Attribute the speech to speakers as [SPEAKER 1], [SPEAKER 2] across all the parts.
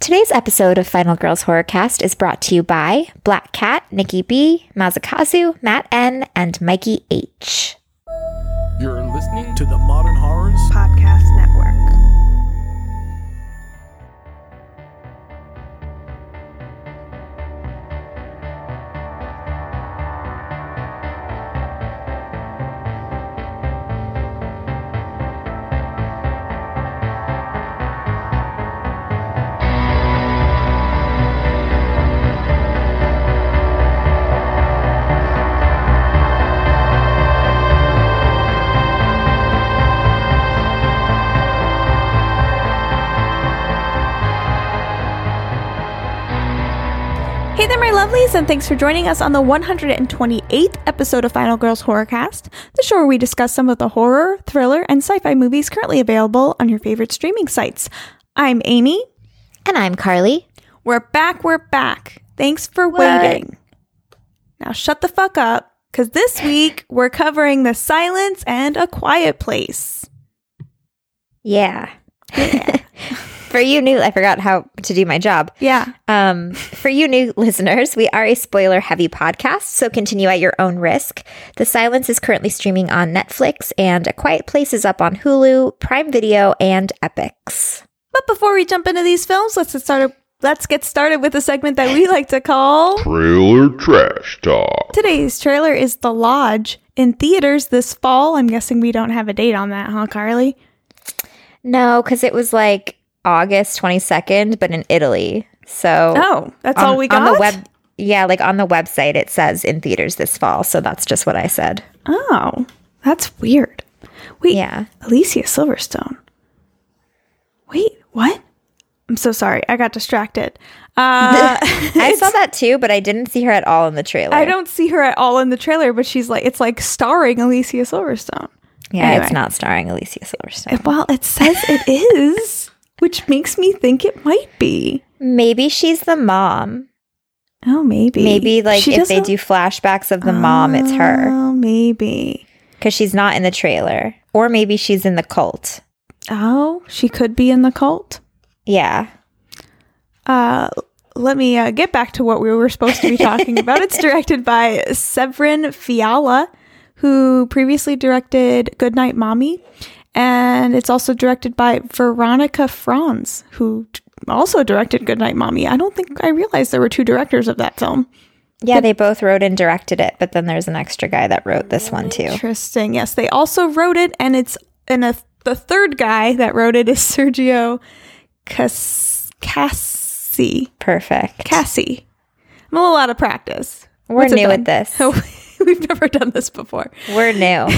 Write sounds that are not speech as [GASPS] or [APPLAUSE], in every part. [SPEAKER 1] Today's episode of Final Girls Horrorcast is brought to you by Black Cat, Nikki B, Mazakazu, Matt N, and Mikey H.
[SPEAKER 2] You're listening
[SPEAKER 3] to the Modern Horrors.
[SPEAKER 4] Podcast Network. Hey there, my lovelies, and thanks for joining us on the 128th episode of Final Girls Horrorcast, the show where we discuss some of the horror, thriller, and sci fi movies currently available on your favorite streaming sites. I'm Amy.
[SPEAKER 1] And I'm Carly.
[SPEAKER 4] We're back, we're back. Thanks for waiting. Now shut the fuck up, because this week we're covering The Silence and A Quiet Place.
[SPEAKER 1] Yeah. [LAUGHS] For you new, I forgot how to do my job.
[SPEAKER 4] Yeah.
[SPEAKER 1] Um, for you new listeners, we are a spoiler heavy podcast, so continue at your own risk. The Silence is currently streaming on Netflix, and A Quiet Place is up on Hulu, Prime Video, and Epics.
[SPEAKER 4] But before we jump into these films, let's get started. Let's get started with a segment that we like to call
[SPEAKER 2] Trailer Trash Talk.
[SPEAKER 4] Today's trailer is The Lodge in theaters this fall. I'm guessing we don't have a date on that, huh, Carly?
[SPEAKER 1] No, because it was like August 22nd, but in Italy. So
[SPEAKER 4] Oh, that's all we got.
[SPEAKER 1] on the web. Yeah, like on the website, it says in theaters this fall. So that's just what I
[SPEAKER 4] [LAUGHS]
[SPEAKER 1] said.
[SPEAKER 4] Oh, that's weird. Wait,
[SPEAKER 1] Yeah.
[SPEAKER 4] Alicia Silverstone. Wait, what? I'm so sorry. I got distracted. [LAUGHS] Uh,
[SPEAKER 1] I saw that too, but I didn't see her at all in the trailer.
[SPEAKER 4] I don't see her at all in the trailer, but she's like, it's like starring Alicia Silverstone.
[SPEAKER 1] Yeah, it's
[SPEAKER 4] anyway.
[SPEAKER 1] not starring Alicia Silverstone.
[SPEAKER 4] Uh, Well, it says [LAUGHS] it is, which makes me think it might be.
[SPEAKER 1] Maybe she's the mom.
[SPEAKER 4] Oh, maybe.
[SPEAKER 1] Maybe like
[SPEAKER 4] She
[SPEAKER 1] if they
[SPEAKER 4] doesn't-
[SPEAKER 1] do flashbacks of the mom, it's her
[SPEAKER 4] Oh, maybe.
[SPEAKER 1] because she's not in the trailer. Or maybe she's in the cult.
[SPEAKER 4] Oh, she could be in the cult.
[SPEAKER 1] Yeah.
[SPEAKER 4] Uh, let me uh, get back to what we were supposed to be talking
[SPEAKER 1] [LAUGHS]
[SPEAKER 4] about. It's directed by Severin Fiala, who previously directed Goodnight Mommy. And it's also directed by Veronica Franz, who t- also directed Goodnight Mommy. I don't think I realized there were two directors of that film.
[SPEAKER 1] Yeah, they both wrote and directed it, but then there's an extra guy that wrote this one too.
[SPEAKER 4] Interesting. Yes, they also wrote it, and it's and a, the third guy that wrote it is [LAUGHS] Sergio Cas- Cassi.
[SPEAKER 1] Perfect.
[SPEAKER 4] Cassie. I'm a little out of practice.
[SPEAKER 1] We're
[SPEAKER 4] What's it
[SPEAKER 1] new
[SPEAKER 4] done? Oh,
[SPEAKER 1] at
[SPEAKER 4] [LAUGHS]
[SPEAKER 1] this. [LAUGHS]
[SPEAKER 4] We've never done this before.
[SPEAKER 1] We're new.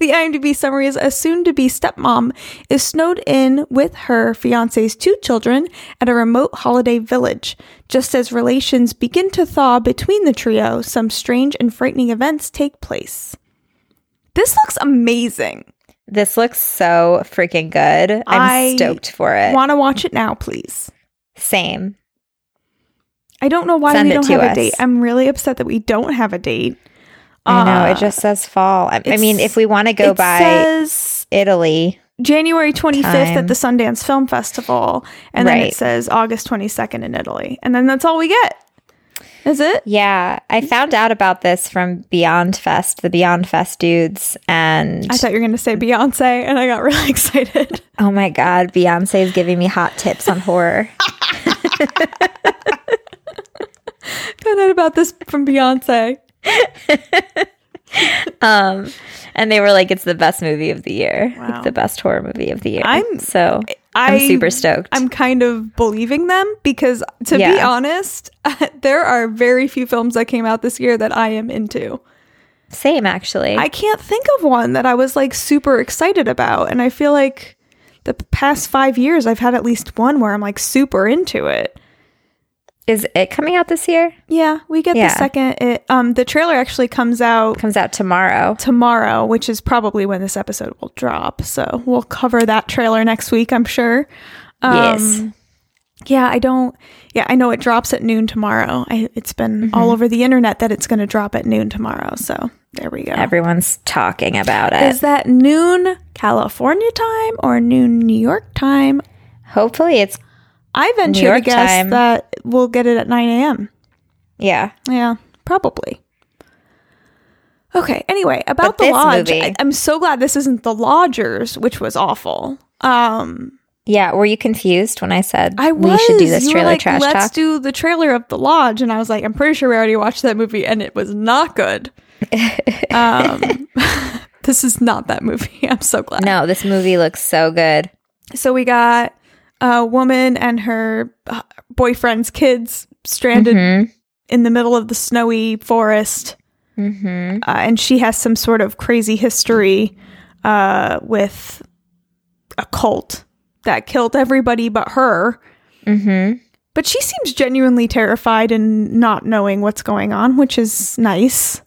[SPEAKER 4] The IMDb summary is a soon to be stepmom is snowed in with her fiance's two children at a remote holiday village. Just as relations begin to thaw between the trio, some strange and frightening events take place. This looks amazing.
[SPEAKER 1] This looks so freaking good. I'm
[SPEAKER 4] I
[SPEAKER 1] stoked for it.
[SPEAKER 4] Want to watch it now, please.
[SPEAKER 1] Same.
[SPEAKER 4] I don't know why
[SPEAKER 1] Send
[SPEAKER 4] we
[SPEAKER 1] it
[SPEAKER 4] don't
[SPEAKER 1] to
[SPEAKER 4] have
[SPEAKER 1] us.
[SPEAKER 4] a date. I'm really upset that we don't have a date.
[SPEAKER 1] I know.
[SPEAKER 4] Uh,
[SPEAKER 1] It just says fall. I, I mean,
[SPEAKER 4] it's-
[SPEAKER 1] if we want to go
[SPEAKER 4] it
[SPEAKER 1] by
[SPEAKER 4] says
[SPEAKER 1] Italy,
[SPEAKER 4] January 25th
[SPEAKER 1] Time.
[SPEAKER 4] at the Sundance Film Festival. And then
[SPEAKER 1] Right.
[SPEAKER 4] it says August 22nd in Italy. And then that's all we get. Is it?
[SPEAKER 1] yeah, I found out about this from Beyond Fest, the Beyond Fest dudes, and
[SPEAKER 4] I thought you were going to say Beyonce, and I got [LAUGHS] really excited.
[SPEAKER 1] oh my god, Beyonce is giving me hot tips on [LAUGHS] horror.
[SPEAKER 4] Found out about this from Beyonce.
[SPEAKER 1] Um, and they were like, "It's the best movie of the year,
[SPEAKER 4] Wow.
[SPEAKER 1] like the best horror movie of the year."
[SPEAKER 4] I'm-
[SPEAKER 1] so
[SPEAKER 4] I,
[SPEAKER 1] I'm super stoked.
[SPEAKER 4] I'm kind of believing them because, to be
[SPEAKER 1] Yeah.
[SPEAKER 4] honest, [LAUGHS] there are very few films that came out this year that I am into.
[SPEAKER 1] Same actually.
[SPEAKER 4] I can't think of one that I was like super excited about. And I feel like the p- past five years, I've had at least one where I'm like super into it.
[SPEAKER 1] is it coming out this year?
[SPEAKER 4] Yeah, we get
[SPEAKER 1] Yeah.
[SPEAKER 4] the second. It, um, the trailer actually comes out
[SPEAKER 1] Comes out tomorrow.
[SPEAKER 4] tomorrow, which is probably when this episode will drop. So we'll cover that trailer next week, I'm sure. Um,
[SPEAKER 1] yes.
[SPEAKER 4] Yeah, I don't. Yeah, I know it drops at noon tomorrow. I, it's been all over the internet that it's going to drop at noon tomorrow. So there we go.
[SPEAKER 1] Everyone's talking about it.
[SPEAKER 4] Oh. is that noon California time or noon New York time?
[SPEAKER 1] Hopefully, it's
[SPEAKER 4] I venture to
[SPEAKER 1] York
[SPEAKER 4] guess
[SPEAKER 1] time.
[SPEAKER 4] that we'll get it at 9 a.m.
[SPEAKER 1] Yeah.
[SPEAKER 4] Yeah, probably. Okay, anyway,
[SPEAKER 1] But
[SPEAKER 4] about the
[SPEAKER 1] this
[SPEAKER 4] lodge.
[SPEAKER 1] movie-
[SPEAKER 4] I, I'm so glad this isn't The Lodgers, which was awful. Um
[SPEAKER 1] Yeah. Were you confused when I said
[SPEAKER 4] I was
[SPEAKER 1] we should do this
[SPEAKER 4] you were
[SPEAKER 1] trailer
[SPEAKER 4] like,
[SPEAKER 1] trash
[SPEAKER 4] Let's
[SPEAKER 1] talk?
[SPEAKER 4] do the trailer of The Lodge and I was like, I'm pretty sure we already watched that movie and it was
[SPEAKER 1] [LAUGHS]
[SPEAKER 4] not good. Um [LAUGHS] This is not that movie. [LAUGHS] I'm so glad.
[SPEAKER 1] no, this movie looks so good.
[SPEAKER 4] So we got a woman and her uh, boyfriend's kids stranded in the middle of the snowy forest,
[SPEAKER 1] Mm-hmm.
[SPEAKER 4] uh, and she has some sort of crazy history uh, with a cult that killed everybody but her.
[SPEAKER 1] Mm-hmm.
[SPEAKER 4] But she seems genuinely terrified and not knowing what's going on, which is nice.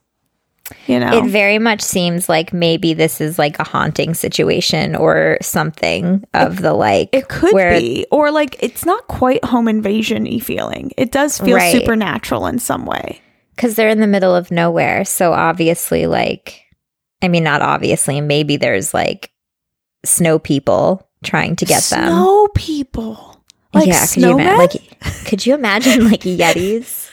[SPEAKER 4] You know,
[SPEAKER 1] It very much seems like maybe this is like a haunting situation or something of the like.
[SPEAKER 4] It could
[SPEAKER 1] where-
[SPEAKER 4] be, or like it's not quite home invasion y feeling. It does feel
[SPEAKER 1] Right.
[SPEAKER 4] supernatural in some way.
[SPEAKER 1] because they're in the middle of nowhere. So obviously, like, I mean, not obviously, maybe there's like snow people trying to get them.
[SPEAKER 4] Snow people, like
[SPEAKER 1] could you,
[SPEAKER 4] snowmen.
[SPEAKER 1] ima- like, could you imagine like yetis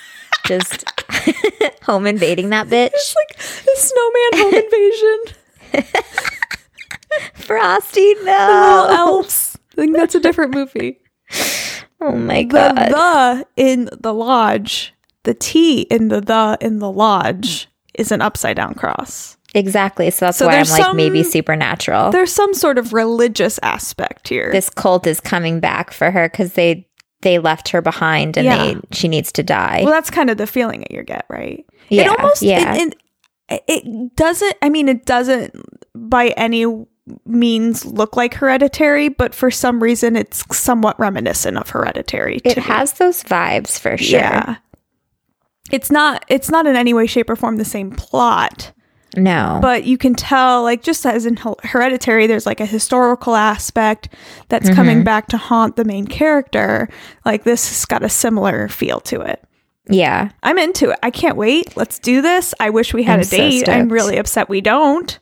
[SPEAKER 1] just [LAUGHS] home invading that bitch?
[SPEAKER 4] like the snowman
[SPEAKER 1] [LAUGHS]
[SPEAKER 4] home invasion.
[SPEAKER 1] Frosty,
[SPEAKER 4] The little
[SPEAKER 1] no.
[SPEAKER 4] elves. I think that's a different movie.
[SPEAKER 1] Oh [LAUGHS] my
[SPEAKER 4] The
[SPEAKER 1] god.
[SPEAKER 4] the in the lodge, the T in the the in the lodge is an upside down cross.
[SPEAKER 1] Exactly. So that's
[SPEAKER 4] So
[SPEAKER 1] why I'm
[SPEAKER 4] there's
[SPEAKER 1] like maybe
[SPEAKER 4] some-
[SPEAKER 1] supernatural.
[SPEAKER 4] There's some sort of religious aspect here.
[SPEAKER 1] Oh. This cult is coming back for her because they they left her behind and
[SPEAKER 4] Yeah.
[SPEAKER 1] they she needs to die.
[SPEAKER 4] well, that's kind of the feeling that you get, right?
[SPEAKER 1] yeah.
[SPEAKER 4] it almost
[SPEAKER 1] yeah.
[SPEAKER 4] it, it, it doesn't i mean it doesn't by any means look like hereditary but for some reason it's somewhat reminiscent of hereditary
[SPEAKER 1] It
[SPEAKER 4] to me.
[SPEAKER 1] has those vibes for sure.
[SPEAKER 4] yeah it's not it's not in any way shape or form the same plot
[SPEAKER 1] No.
[SPEAKER 4] but you can tell like just as in Hel- hereditary there's like a historical aspect that's
[SPEAKER 1] Mm-hmm.
[SPEAKER 4] coming back to haunt the main character like this has got a similar feel to it
[SPEAKER 1] yeah.
[SPEAKER 4] I'm into it. I can't wait. Let's do this. I wish we had
[SPEAKER 1] I'm
[SPEAKER 4] a
[SPEAKER 1] so
[SPEAKER 4] date. I'm
[SPEAKER 1] stoked.
[SPEAKER 4] really upset we don't.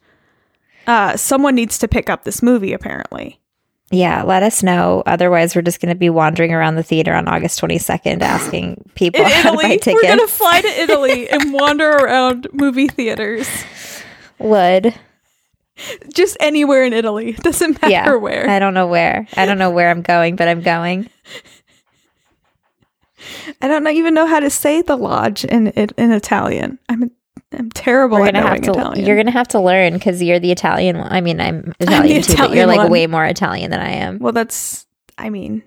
[SPEAKER 4] Uh, someone needs to pick up this movie, apparently.
[SPEAKER 1] Yeah. Let us know. Otherwise, we're just going to be wandering around the theater on August 22nd asking people [LAUGHS]
[SPEAKER 4] [GASPS] In
[SPEAKER 1] how to buy
[SPEAKER 4] Italy, we're
[SPEAKER 1] tickets.
[SPEAKER 4] going to
[SPEAKER 1] [LAUGHS]
[SPEAKER 4] fly to Italy and wander around movie theaters.
[SPEAKER 1] Would.
[SPEAKER 4] Just anywhere in Italy. [LAUGHS] Doesn't matter
[SPEAKER 1] [LAUGHS] Yeah.
[SPEAKER 4] where.
[SPEAKER 1] I don't know where. I don't know where I'm going, but I'm going.
[SPEAKER 4] I don't know, even know how to say the lodge in in, in Italian. I'm I'm terrible
[SPEAKER 1] [LAUGHS] We're
[SPEAKER 4] at
[SPEAKER 1] gonna have
[SPEAKER 4] knowing
[SPEAKER 1] to.
[SPEAKER 4] Italian.
[SPEAKER 1] You're gonna have to learn because you're the Italian. one. I mean, I'm Italian too, but
[SPEAKER 4] Italian
[SPEAKER 1] you're like
[SPEAKER 4] one.
[SPEAKER 1] way more Italian than I am,
[SPEAKER 4] well, that's. I mean,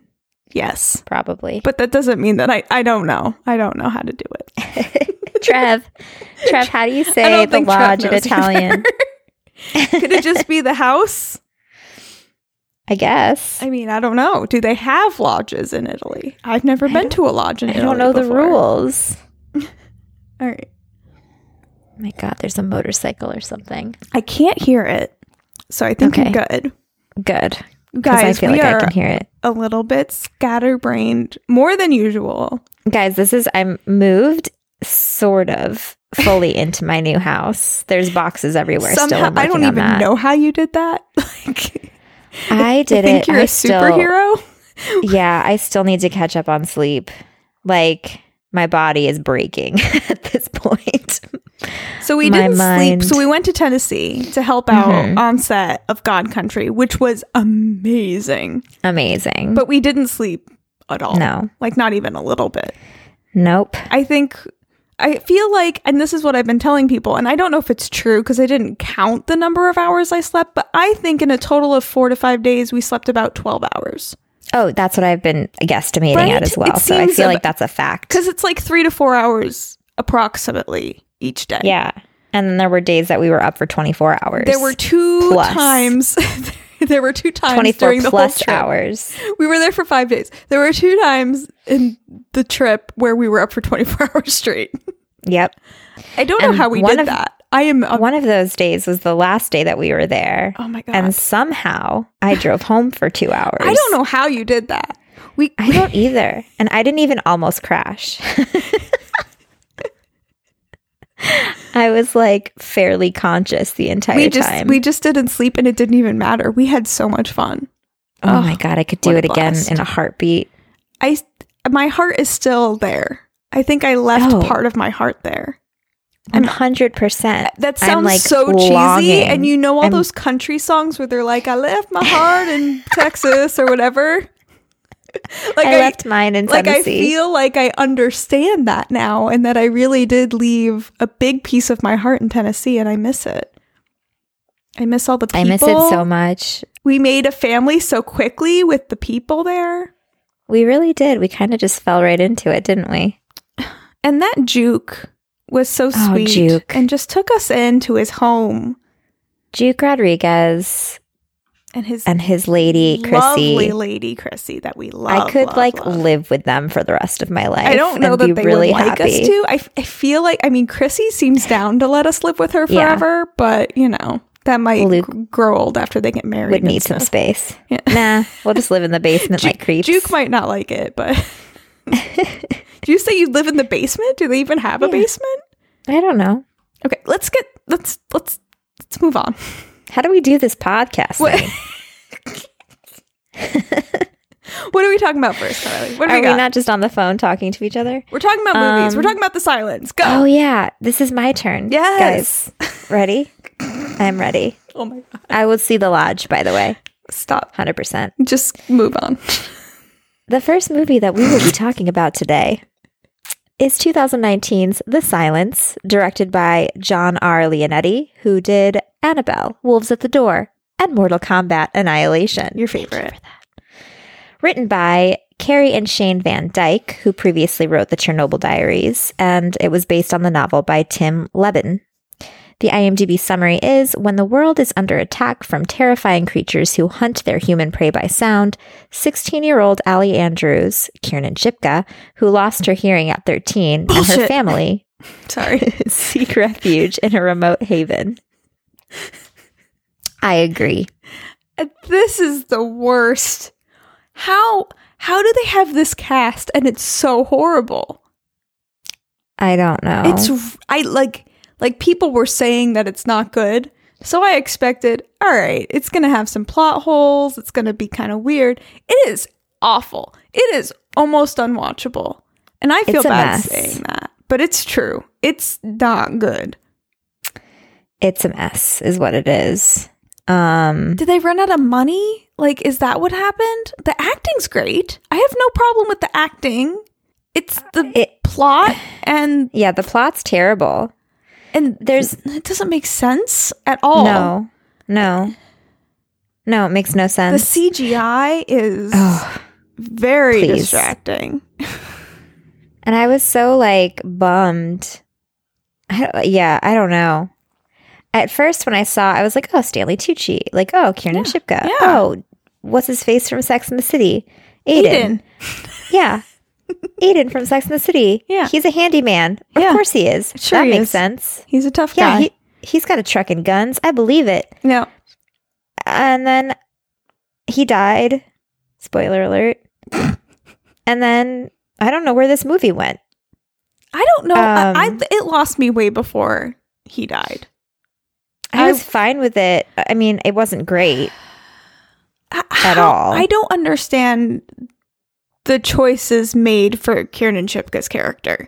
[SPEAKER 4] yes,
[SPEAKER 1] probably.
[SPEAKER 4] but that doesn't mean that I I don't know. I don't know how to do it.
[SPEAKER 1] Trev, [LAUGHS] Trev, how do you say
[SPEAKER 4] don't
[SPEAKER 1] the
[SPEAKER 4] think Trev
[SPEAKER 1] lodge in
[SPEAKER 4] knows either.
[SPEAKER 1] Italian?
[SPEAKER 4] Could it just be the house?
[SPEAKER 1] I guess.
[SPEAKER 4] I mean, I don't know. Do they have lodges in Italy? I've never been to a lodge
[SPEAKER 1] [LAUGHS]
[SPEAKER 4] in
[SPEAKER 1] I
[SPEAKER 4] Italy.
[SPEAKER 1] don't know the
[SPEAKER 4] before.
[SPEAKER 1] rules.
[SPEAKER 4] All right.
[SPEAKER 1] Oh my God, there's a motorcycle or something.
[SPEAKER 4] I can't hear it. So I think
[SPEAKER 1] Okay.
[SPEAKER 4] I'm good.
[SPEAKER 1] Good. Because I
[SPEAKER 4] Guys,
[SPEAKER 1] feel
[SPEAKER 4] we
[SPEAKER 1] like I
[SPEAKER 4] are
[SPEAKER 1] can hear it.
[SPEAKER 4] a little bit scatterbrained, more than usual.
[SPEAKER 1] Guys, this is, I'm moved sort of fully into my new house. There's boxes everywhere still.
[SPEAKER 4] Somehow,
[SPEAKER 1] I'm
[SPEAKER 4] I don't
[SPEAKER 1] working on
[SPEAKER 4] even
[SPEAKER 1] that.
[SPEAKER 4] know how you did that. [LAUGHS] Like, [LAUGHS]
[SPEAKER 1] I
[SPEAKER 4] I
[SPEAKER 1] did
[SPEAKER 4] think
[SPEAKER 1] it.
[SPEAKER 4] you're
[SPEAKER 1] I
[SPEAKER 4] a
[SPEAKER 1] still-
[SPEAKER 4] superhero.
[SPEAKER 1] [LAUGHS] yeah, I still need to catch up on sleep. Like, my body is breaking [LAUGHS] at this point. [LAUGHS]
[SPEAKER 4] So we
[SPEAKER 1] My
[SPEAKER 4] didn't
[SPEAKER 1] mind.
[SPEAKER 4] sleep. So we went to Tennessee to help out
[SPEAKER 1] Mhm.
[SPEAKER 4] on set of God Country, which was amazing.
[SPEAKER 1] Amazing.
[SPEAKER 4] But we didn't sleep at all.
[SPEAKER 1] no,
[SPEAKER 4] Like not even a little bit.
[SPEAKER 1] nope.
[SPEAKER 4] I think I feel like, and this is what I've been telling people, and I don't know if it's true because I didn't count the number of hours I slept, but I think in a total of four to five days, we slept about 12 hours.
[SPEAKER 1] Oh, that's what I've been guesstimating
[SPEAKER 4] Right?
[SPEAKER 1] at as
[SPEAKER 4] It
[SPEAKER 1] well. So I
[SPEAKER 4] seems
[SPEAKER 1] feel
[SPEAKER 4] ab-
[SPEAKER 1] like that's a fact.
[SPEAKER 4] Because it's like three to four hours approximately each day.
[SPEAKER 1] Yeah. And then there were days that we were up for 24 hours.
[SPEAKER 4] There were two
[SPEAKER 1] Plus.
[SPEAKER 4] times. [LAUGHS] There were two times
[SPEAKER 1] 24
[SPEAKER 4] during the whole
[SPEAKER 1] plus
[SPEAKER 4] trip.
[SPEAKER 1] hours.
[SPEAKER 4] We were there for five days. There were two times in the trip where we were up for 24 [LAUGHS] hours straight.
[SPEAKER 1] Yep.
[SPEAKER 4] I don't
[SPEAKER 1] And
[SPEAKER 4] know how we
[SPEAKER 1] one
[SPEAKER 4] did
[SPEAKER 1] of-
[SPEAKER 4] that. I am. a-
[SPEAKER 1] One of those days was the last day that we were there.
[SPEAKER 4] Um, oh my God.
[SPEAKER 1] and somehow I drove home for two hours.
[SPEAKER 4] I don't know how you did that. We
[SPEAKER 1] I don't either. And I didn't even almost crash. [LAUGHS] I was like fairly conscious the entire
[SPEAKER 4] we just
[SPEAKER 1] time.
[SPEAKER 4] we just didn't sleep and it didn't even matter. We had so much fun.
[SPEAKER 1] oh
[SPEAKER 4] Ugh,
[SPEAKER 1] my God, I could do
[SPEAKER 4] what a
[SPEAKER 1] it again
[SPEAKER 4] blast.
[SPEAKER 1] in a heartbeat.
[SPEAKER 4] I my heart is still there. I think I left
[SPEAKER 1] Oh.
[SPEAKER 4] part of my heart there.
[SPEAKER 1] One hundred percent.
[SPEAKER 4] That sounds so cheesy. And you know all those country songs where they're like, I left my
[SPEAKER 1] [LAUGHS]
[SPEAKER 4] heart in Texas or whatever. like
[SPEAKER 1] I, left mine in
[SPEAKER 4] like I
[SPEAKER 1] Tennessee.
[SPEAKER 4] feel like I understand that now and that I really did leave a big piece of my heart in Tennessee and I miss it. I miss all the people.
[SPEAKER 1] I miss it so much.
[SPEAKER 4] We made a family so quickly with the people there.
[SPEAKER 1] We really did. We kind of just fell right into it, didn't we?
[SPEAKER 4] And that Juke was so
[SPEAKER 1] Oh,
[SPEAKER 4] sweet
[SPEAKER 1] Juke.
[SPEAKER 4] and just took us into his home
[SPEAKER 1] Juke Rodriguez
[SPEAKER 4] and his
[SPEAKER 1] and his lady Chrissy.
[SPEAKER 4] lovely lady Chrissy that we love.
[SPEAKER 1] I could
[SPEAKER 4] love,
[SPEAKER 1] like
[SPEAKER 4] love.
[SPEAKER 1] live with them for the rest of my life.
[SPEAKER 4] I don't know
[SPEAKER 1] and
[SPEAKER 4] that
[SPEAKER 1] be
[SPEAKER 4] they
[SPEAKER 1] really
[SPEAKER 4] would like
[SPEAKER 1] happy.
[SPEAKER 4] us to. I, f- I feel like I mean
[SPEAKER 1] [SIGHS]
[SPEAKER 4] Chrissy seems down to let us live with her
[SPEAKER 1] Yeah.
[SPEAKER 4] forever, but you know that might
[SPEAKER 1] Luke
[SPEAKER 4] g- grow old after they get married.
[SPEAKER 1] Would
[SPEAKER 4] and
[SPEAKER 1] need some
[SPEAKER 4] stuff.
[SPEAKER 1] space.
[SPEAKER 4] [LAUGHS] Yeah.
[SPEAKER 1] Nah, we'll just live in the basement like creeps.
[SPEAKER 4] Juke might not like it, but
[SPEAKER 1] [LAUGHS]
[SPEAKER 4] [LAUGHS] do you say you live in the basement? Do they even have a
[SPEAKER 1] Yeah.
[SPEAKER 4] basement?
[SPEAKER 1] I don't know.
[SPEAKER 4] Okay, let's get let's let's let's move on.
[SPEAKER 1] How do we do this podcast?
[SPEAKER 4] What-
[SPEAKER 1] thing?
[SPEAKER 4] What are we talking about first, Carly? What
[SPEAKER 1] Are
[SPEAKER 4] are [LAUGHS] we,
[SPEAKER 1] we
[SPEAKER 4] got?
[SPEAKER 1] not just on the phone talking to each other?
[SPEAKER 4] We're talking about movies. We're
[SPEAKER 1] Um,
[SPEAKER 4] talking about the silence. Go.
[SPEAKER 1] Oh yeah, this is my turn.
[SPEAKER 4] Yes.
[SPEAKER 1] Guys,
[SPEAKER 4] [LAUGHS]
[SPEAKER 1] ready? I'm ready.
[SPEAKER 4] oh my god.
[SPEAKER 1] I will see the lodge. By the way,
[SPEAKER 4] Stop.
[SPEAKER 1] hundred percent.
[SPEAKER 4] Just move on. [LAUGHS]
[SPEAKER 1] The first movie that we will be talking about today is 2019's The Silence, directed by John R. Leonetti, who did Annabelle, Wolves at the Door, and Mortal Kombat Annihilation.
[SPEAKER 4] Your favorite.
[SPEAKER 1] Written by Carrie and Shane Van Dyke, who previously wrote the Chernobyl Diaries, and it was based on the novel by Tim Levin. The IMDb summary is When the world is under attack from terrifying creatures who hunt their human prey by sound, 16 year old Allie Andrews, Kiernan Shipka, who lost her hearing at 13, and her
[SPEAKER 4] Bullshit. [LAUGHS]
[SPEAKER 1] family
[SPEAKER 4] Sorry.
[SPEAKER 1] seek refuge in a remote haven. I agree.
[SPEAKER 4] This is the worst. How how do they have this cast and it's so horrible?
[SPEAKER 1] I don't know.
[SPEAKER 4] It's r- I like like people were saying that it's not good. So I expected, all right, it's going to have some plot holes, it's going to be kind of weird. It is awful. It is almost unwatchable. And I feel
[SPEAKER 1] It's a
[SPEAKER 4] bad
[SPEAKER 1] mess.
[SPEAKER 4] saying that, but it's true. It's not good.
[SPEAKER 1] it's a mess is what it is um
[SPEAKER 4] Did they run out of money? Like, is that what happened? The acting's great. I have no problem with the acting. It's the
[SPEAKER 1] it-
[SPEAKER 4] plot and
[SPEAKER 1] yeah the plot's terrible
[SPEAKER 4] and
[SPEAKER 1] There's-
[SPEAKER 4] it doesn't make sense at all.
[SPEAKER 1] no no no it makes no
[SPEAKER 4] the
[SPEAKER 1] sense
[SPEAKER 4] CGI is
[SPEAKER 1] Ugh.
[SPEAKER 4] very
[SPEAKER 1] please.
[SPEAKER 4] distracting.
[SPEAKER 1] and i was so like bummed I, don't- yeah i don't know at first when i saw i was like oh stanley tucci like oh kieran shipka
[SPEAKER 4] yeah.
[SPEAKER 1] oh what's his face from sex and the city aiden,
[SPEAKER 4] Aiden, [LAUGHS]
[SPEAKER 1] yeah aiden from sex and the city
[SPEAKER 4] Yeah.
[SPEAKER 1] he's a handyman of
[SPEAKER 4] Yeah.
[SPEAKER 1] course he is
[SPEAKER 4] Sure
[SPEAKER 1] that
[SPEAKER 4] he
[SPEAKER 1] makes
[SPEAKER 4] is.
[SPEAKER 1] sense
[SPEAKER 4] he's a tough
[SPEAKER 1] yeah
[SPEAKER 4] guy.
[SPEAKER 1] he, he's got a truck and guns i believe it
[SPEAKER 4] no,
[SPEAKER 1] and then he died. Spoiler alert.
[SPEAKER 4] [LAUGHS]
[SPEAKER 1] and then I don't know where this movie went.
[SPEAKER 4] I don't know. I, I
[SPEAKER 1] Um,
[SPEAKER 4] it lost me way before he died.
[SPEAKER 1] I,
[SPEAKER 4] I-
[SPEAKER 1] was fine with it. I mean, it wasn't great.
[SPEAKER 4] H-
[SPEAKER 1] At
[SPEAKER 4] how-
[SPEAKER 1] all.
[SPEAKER 4] I don't understand the choices made for Kiernan Shipka's character.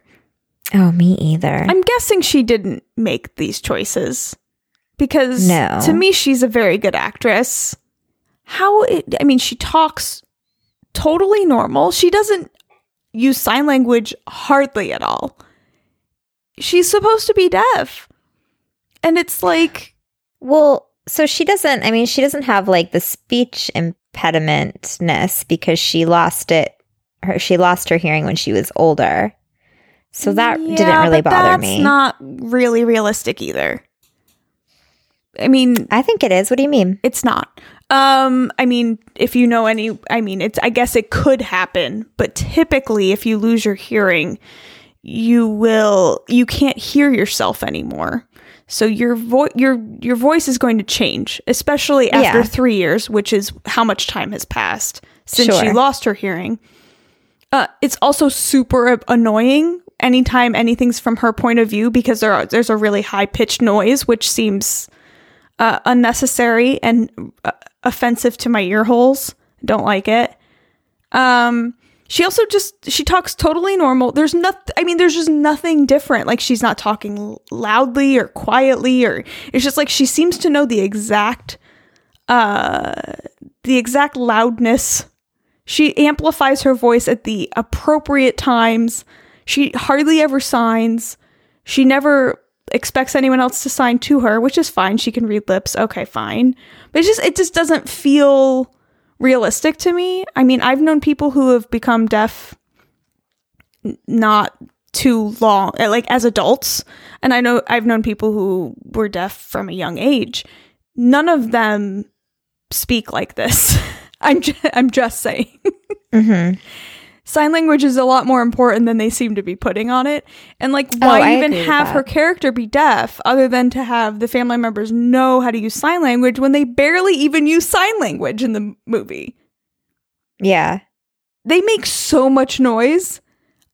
[SPEAKER 1] Oh, me either.
[SPEAKER 4] I'm guessing she didn't make these choices because
[SPEAKER 1] No.
[SPEAKER 4] to me she's a very good actress. How it, I mean she talks totally normal. She doesn't use sign language hardly at all. She's supposed to be deaf. And it's like
[SPEAKER 1] well, so she doesn't, I mean, she doesn't have like the speech impedimentness because she lost it. Her, she lost her hearing when she was older. So that didn't
[SPEAKER 4] Yeah,
[SPEAKER 1] really
[SPEAKER 4] but
[SPEAKER 1] bother
[SPEAKER 4] that's
[SPEAKER 1] me.
[SPEAKER 4] not really realistic either. I mean,
[SPEAKER 1] I think it is. What do you mean?
[SPEAKER 4] It's not. Um, I mean, if you know any, I mean, it's. I guess it could happen, but typically, if you lose your hearing, you will. You can't hear yourself anymore. So your voice, your your voice is going to change, especially after
[SPEAKER 1] Yeah.
[SPEAKER 4] three years, which is how much time has passed since she
[SPEAKER 1] Sure.
[SPEAKER 4] lost her hearing. Uh, it's also super annoying anytime anything's from her point of view because there are, there's a really high pitched noise, which seems uh, unnecessary and uh, offensive to my ear holes. Don't like it. Um, She also just she talks totally normal. There's nothing. I mean, there's just nothing different. Like she's not talking l- loudly or quietly, or it's just like she seems to know the exact, uh, the exact loudness. She amplifies her voice at the appropriate times. She hardly ever signs. She never expects anyone else to sign to her, which is fine. She can read lips. Okay, fine. But it's just it just doesn't feel realistic to me. I mean, I've known people who have become deaf n- not too long, uh, like as adults, and I know I've known people who were deaf from a young age. None of them speak like this. [LAUGHS] I'm ju- I'm just saying.
[SPEAKER 1] Mm-hmm.
[SPEAKER 4] Sign language is a lot more important than they seem to be putting on it. And like why
[SPEAKER 1] Oh, I
[SPEAKER 4] even
[SPEAKER 1] agree with
[SPEAKER 4] have
[SPEAKER 1] that.
[SPEAKER 4] her character be deaf other than to have the family members know how to use sign language when they barely even use sign language in the m- movie?
[SPEAKER 1] Yeah.
[SPEAKER 4] they make so much noise.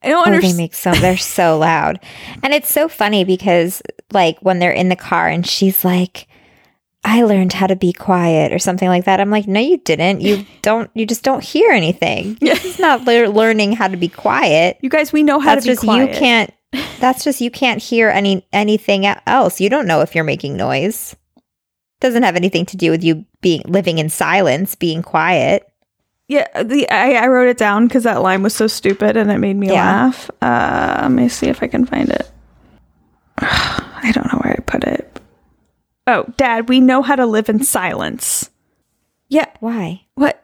[SPEAKER 4] I don't
[SPEAKER 1] Oh, they
[SPEAKER 4] understand.
[SPEAKER 1] make so they're
[SPEAKER 4] [LAUGHS]
[SPEAKER 1] so loud, and it's so funny because like when they're in the car and she's like, "I learned how to be quiet" or something like that. I'm like, "No, you didn't.
[SPEAKER 4] [LAUGHS]
[SPEAKER 1] You don't. You just don't hear anything.
[SPEAKER 4] Yeah.
[SPEAKER 1] It's not le- learning how to be quiet.
[SPEAKER 4] you guys, we know [LAUGHS] how
[SPEAKER 1] that's
[SPEAKER 4] to be
[SPEAKER 1] just
[SPEAKER 4] quiet.
[SPEAKER 1] you
[SPEAKER 4] [LAUGHS]
[SPEAKER 1] can't. That's just you can't hear any anything e- else. You don't know if you're making noise. Doesn't have anything to do with you being living in silence, being quiet.
[SPEAKER 4] Yeah, the I, I wrote it down because that line was so stupid and it made me
[SPEAKER 1] Yeah.
[SPEAKER 4] laugh. Uh, let me see if I can find it. [SIGHS] I don't know where I put it. Oh, Dad, we know how to live in silence. Yeah,
[SPEAKER 1] Why?
[SPEAKER 4] what?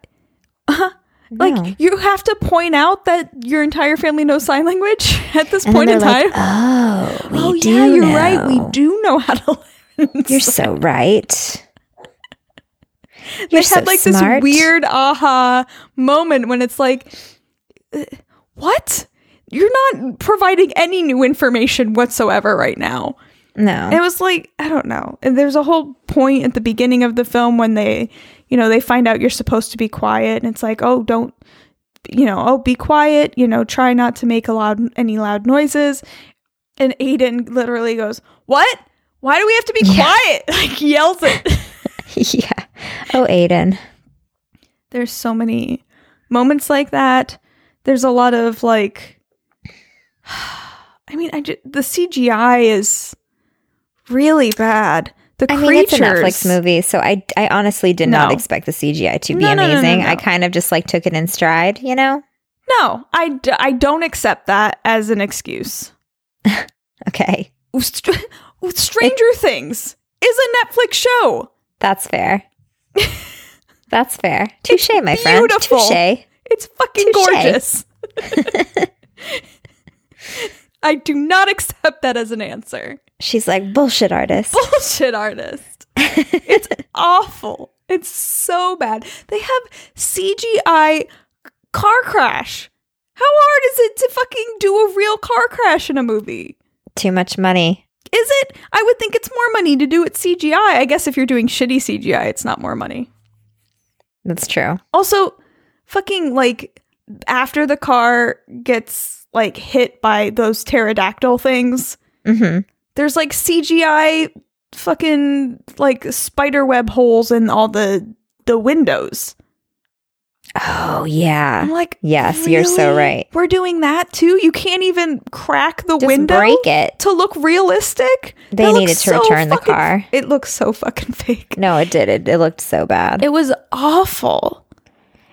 [SPEAKER 1] No.
[SPEAKER 4] Like you have to point out that your entire family knows sign language [LAUGHS] at this
[SPEAKER 1] And then
[SPEAKER 4] point in
[SPEAKER 1] they're like,
[SPEAKER 4] time.
[SPEAKER 1] oh, we
[SPEAKER 4] oh
[SPEAKER 1] do.
[SPEAKER 4] yeah, you're right. We
[SPEAKER 1] know."
[SPEAKER 4] do know how to [LAUGHS] live. In
[SPEAKER 1] You're so right.
[SPEAKER 4] they
[SPEAKER 1] You're
[SPEAKER 4] had like this weird aha moment when it's like uh, what you're not providing any new information whatsoever right now it
[SPEAKER 1] No.
[SPEAKER 4] was like i don't know and there's a whole point at the beginning of the film when they you know they find out you're supposed to be quiet and it's like oh don't you know oh be quiet you know try not to make a loud any loud noises and aiden literally goes what why do we have to be
[SPEAKER 1] Yeah.
[SPEAKER 4] quiet [LAUGHS] like yells it
[SPEAKER 1] [LAUGHS] yeah. Oh, Aiden.
[SPEAKER 4] there's so many moments like that there's a lot of like [SIGHS] i mean i just, the cgi is really bad the
[SPEAKER 1] I
[SPEAKER 4] creatures
[SPEAKER 1] mean, it's a Netflix movie, so I, I honestly did not
[SPEAKER 4] No.
[SPEAKER 1] expect the CGI to be
[SPEAKER 4] No, no, no, no,
[SPEAKER 1] amazing.
[SPEAKER 4] no.
[SPEAKER 1] I kind of just like took it in stride, you know?
[SPEAKER 4] no I, d- I don't accept that as an excuse
[SPEAKER 1] Okay.
[SPEAKER 4] Str- stranger things is a netflix show
[SPEAKER 1] That's
[SPEAKER 4] [LAUGHS]
[SPEAKER 1] fair. That's fair. Touche, my friend.
[SPEAKER 4] beautiful.
[SPEAKER 1] Touche.
[SPEAKER 4] it's fucking
[SPEAKER 1] Touche. [LAUGHS]
[SPEAKER 4] gorgeous [LAUGHS] i do not accept that as an answer
[SPEAKER 1] She's like, bullshit artist. [LAUGHS]
[SPEAKER 4] bullshit artist. It's awful. It's so bad. They have CGI car crash. How hard is it to fucking do a real car crash in a movie?
[SPEAKER 1] Too much money.
[SPEAKER 4] Is it? I would think it's more money to do it CGI. I guess if you're doing shitty CGI, it's not more money.
[SPEAKER 1] That's true.
[SPEAKER 4] Also, fucking like after the car gets like hit by those pterodactyl things,
[SPEAKER 1] hmm
[SPEAKER 4] there's like CGI fucking like spider web holes in all the the windows.
[SPEAKER 1] Oh, yeah.
[SPEAKER 4] I'm like,
[SPEAKER 1] Yes, you're so
[SPEAKER 4] "Really?
[SPEAKER 1] right.
[SPEAKER 4] We're doing that too. You can't even crack the
[SPEAKER 1] Just
[SPEAKER 4] window
[SPEAKER 1] break it.
[SPEAKER 4] to look realistic.
[SPEAKER 1] They
[SPEAKER 4] That looks
[SPEAKER 1] needed to
[SPEAKER 4] so
[SPEAKER 1] return the
[SPEAKER 4] fucking-
[SPEAKER 1] car.
[SPEAKER 4] It looks so fucking [LAUGHS] fake.
[SPEAKER 1] No, it did. It, it looked so bad.
[SPEAKER 4] It was awful.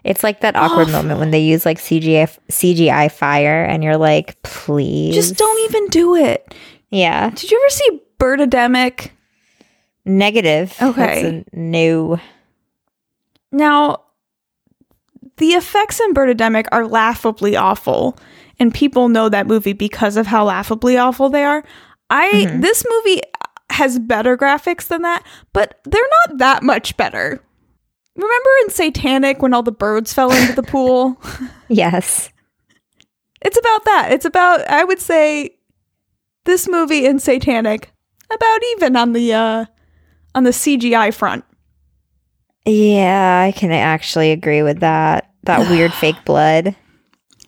[SPEAKER 1] It's like that awkward
[SPEAKER 4] Awful.
[SPEAKER 1] moment when they use like CGI f- CGI fire, and you're like, please,
[SPEAKER 4] Just don't
[SPEAKER 1] e-,
[SPEAKER 4] even do it.
[SPEAKER 1] Yeah,
[SPEAKER 4] Did you ever see Birdemic?
[SPEAKER 1] negative.
[SPEAKER 4] Okay.
[SPEAKER 1] That's a new.
[SPEAKER 4] Now, the effects in Birdemic are laughably awful, and people know that movie because of how laughably awful they are. I
[SPEAKER 1] Mhm.
[SPEAKER 4] this movie has better graphics than that, but they're not that much better. Remember in Satanic when all the birds fell into the pool?
[SPEAKER 1] Yes.
[SPEAKER 4] It's about that. It's about I would say this movie and Satanic about even on the uh on the CGI front.
[SPEAKER 1] Yeah, I can actually agree with that. [SIGHS] That weird fake blood.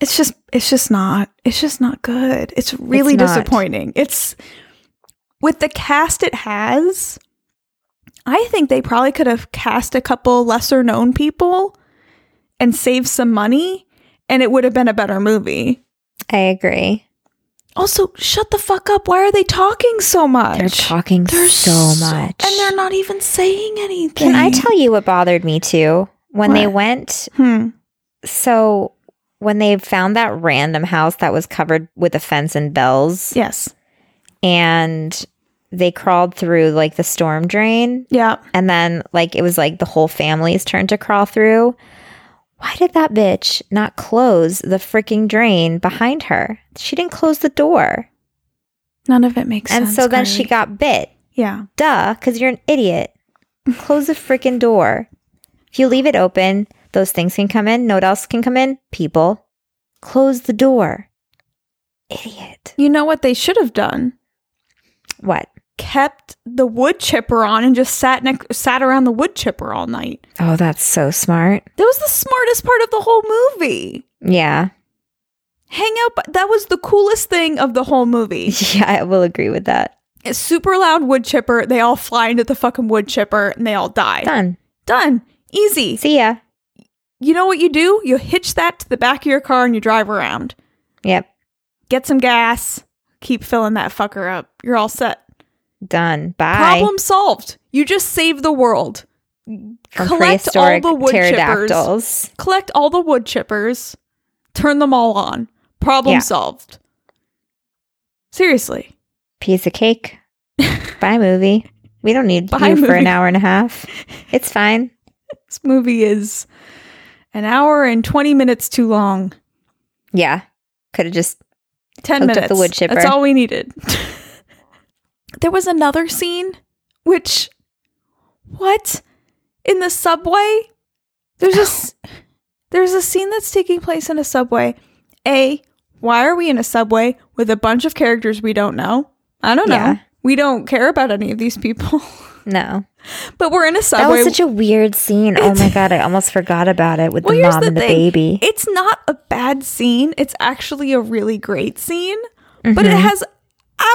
[SPEAKER 4] it's just it's just not it's just not good it's really
[SPEAKER 1] not.
[SPEAKER 4] disappointing it's with the cast it has i think they probably could have cast a couple lesser known people and saved some money and it would have been a better movie.
[SPEAKER 1] I agree.
[SPEAKER 4] Also, shut the fuck up. Why are they talking so much?
[SPEAKER 1] They're talking
[SPEAKER 4] They're
[SPEAKER 1] so much.
[SPEAKER 4] And they're not even saying anything.
[SPEAKER 1] Can I tell you what bothered me too? When they
[SPEAKER 4] What?
[SPEAKER 1] went,
[SPEAKER 4] Hmm.
[SPEAKER 1] so when they found that random house that was covered with a fence and bells,
[SPEAKER 4] Yes.
[SPEAKER 1] and they crawled through like the storm drain,
[SPEAKER 4] Yeah.
[SPEAKER 1] and then like it was like the whole family's turn to crawl through. Why did that bitch not close the freaking drain behind her? She didn't close the door.
[SPEAKER 4] None of it makes
[SPEAKER 1] and
[SPEAKER 4] sense.
[SPEAKER 1] so then she
[SPEAKER 4] Carly.
[SPEAKER 1] got bit.
[SPEAKER 4] Yeah.
[SPEAKER 1] Duh, because you're an [LAUGHS] idiot. Close the freaking door. If you leave it open, those things can come in. Know what else can come in? People. Close the door. Idiot.
[SPEAKER 4] You know what they should have done?
[SPEAKER 1] What?
[SPEAKER 4] Kept the wood chipper on and just sat ne- sat around the wood chipper all night.
[SPEAKER 1] Oh, that's so smart.
[SPEAKER 4] That was the smartest part of the whole movie.
[SPEAKER 1] Yeah. [LAUGHS]
[SPEAKER 4] Hang out. But that was the coolest thing of the whole
[SPEAKER 1] [LAUGHS]
[SPEAKER 4] movie.
[SPEAKER 1] Yeah, I will agree with that.
[SPEAKER 4] It's super loud wood chipper. They all fly into the fucking wood chipper and they all die.
[SPEAKER 1] Done.
[SPEAKER 4] Done. Easy.
[SPEAKER 1] See ya.
[SPEAKER 4] You know what you do? You hitch that to the back of your car and you drive around.
[SPEAKER 1] Yep.
[SPEAKER 4] Get some gas. Keep filling that fucker up. You're all set.
[SPEAKER 1] Done. Bye.
[SPEAKER 4] Problem solved. You just saved the world.
[SPEAKER 1] From
[SPEAKER 4] Collect all
[SPEAKER 1] prehistoric
[SPEAKER 4] the wood chippers.
[SPEAKER 1] pterodactyls.
[SPEAKER 4] Collect all the wood chippers. Turn them all on. Problem
[SPEAKER 1] Yeah.
[SPEAKER 4] solved. Seriously.
[SPEAKER 1] Piece of
[SPEAKER 4] [LAUGHS]
[SPEAKER 1] cake. Bye, movie. We don't need
[SPEAKER 4] Bye,
[SPEAKER 1] you for an
[SPEAKER 4] movie.
[SPEAKER 1] hour and a half. It's fine.
[SPEAKER 4] This movie is an hour and 20 minutes too long.
[SPEAKER 1] Yeah. Could have just
[SPEAKER 4] 10
[SPEAKER 1] Hooked up
[SPEAKER 4] minutes.
[SPEAKER 1] the wood chipper.
[SPEAKER 4] That's all we needed. [LAUGHS] there was another scene which what? In the subway? There's just there's a scene that's taking place in a subway. A, why are we in a subway with a bunch of characters we don't know? I don't know.
[SPEAKER 1] Yeah.
[SPEAKER 4] We don't care about any of these people. [LAUGHS]
[SPEAKER 1] no.
[SPEAKER 4] but we're in a
[SPEAKER 1] That
[SPEAKER 4] subway.
[SPEAKER 1] was such a weird scene. Oh my god, I almost forgot about it with
[SPEAKER 4] Well,
[SPEAKER 1] the
[SPEAKER 4] here's
[SPEAKER 1] mom
[SPEAKER 4] the
[SPEAKER 1] and the
[SPEAKER 4] thing.
[SPEAKER 1] baby.
[SPEAKER 4] it's not a bad scene. It's actually a really great scene, but it
[SPEAKER 1] Mhm.
[SPEAKER 4] has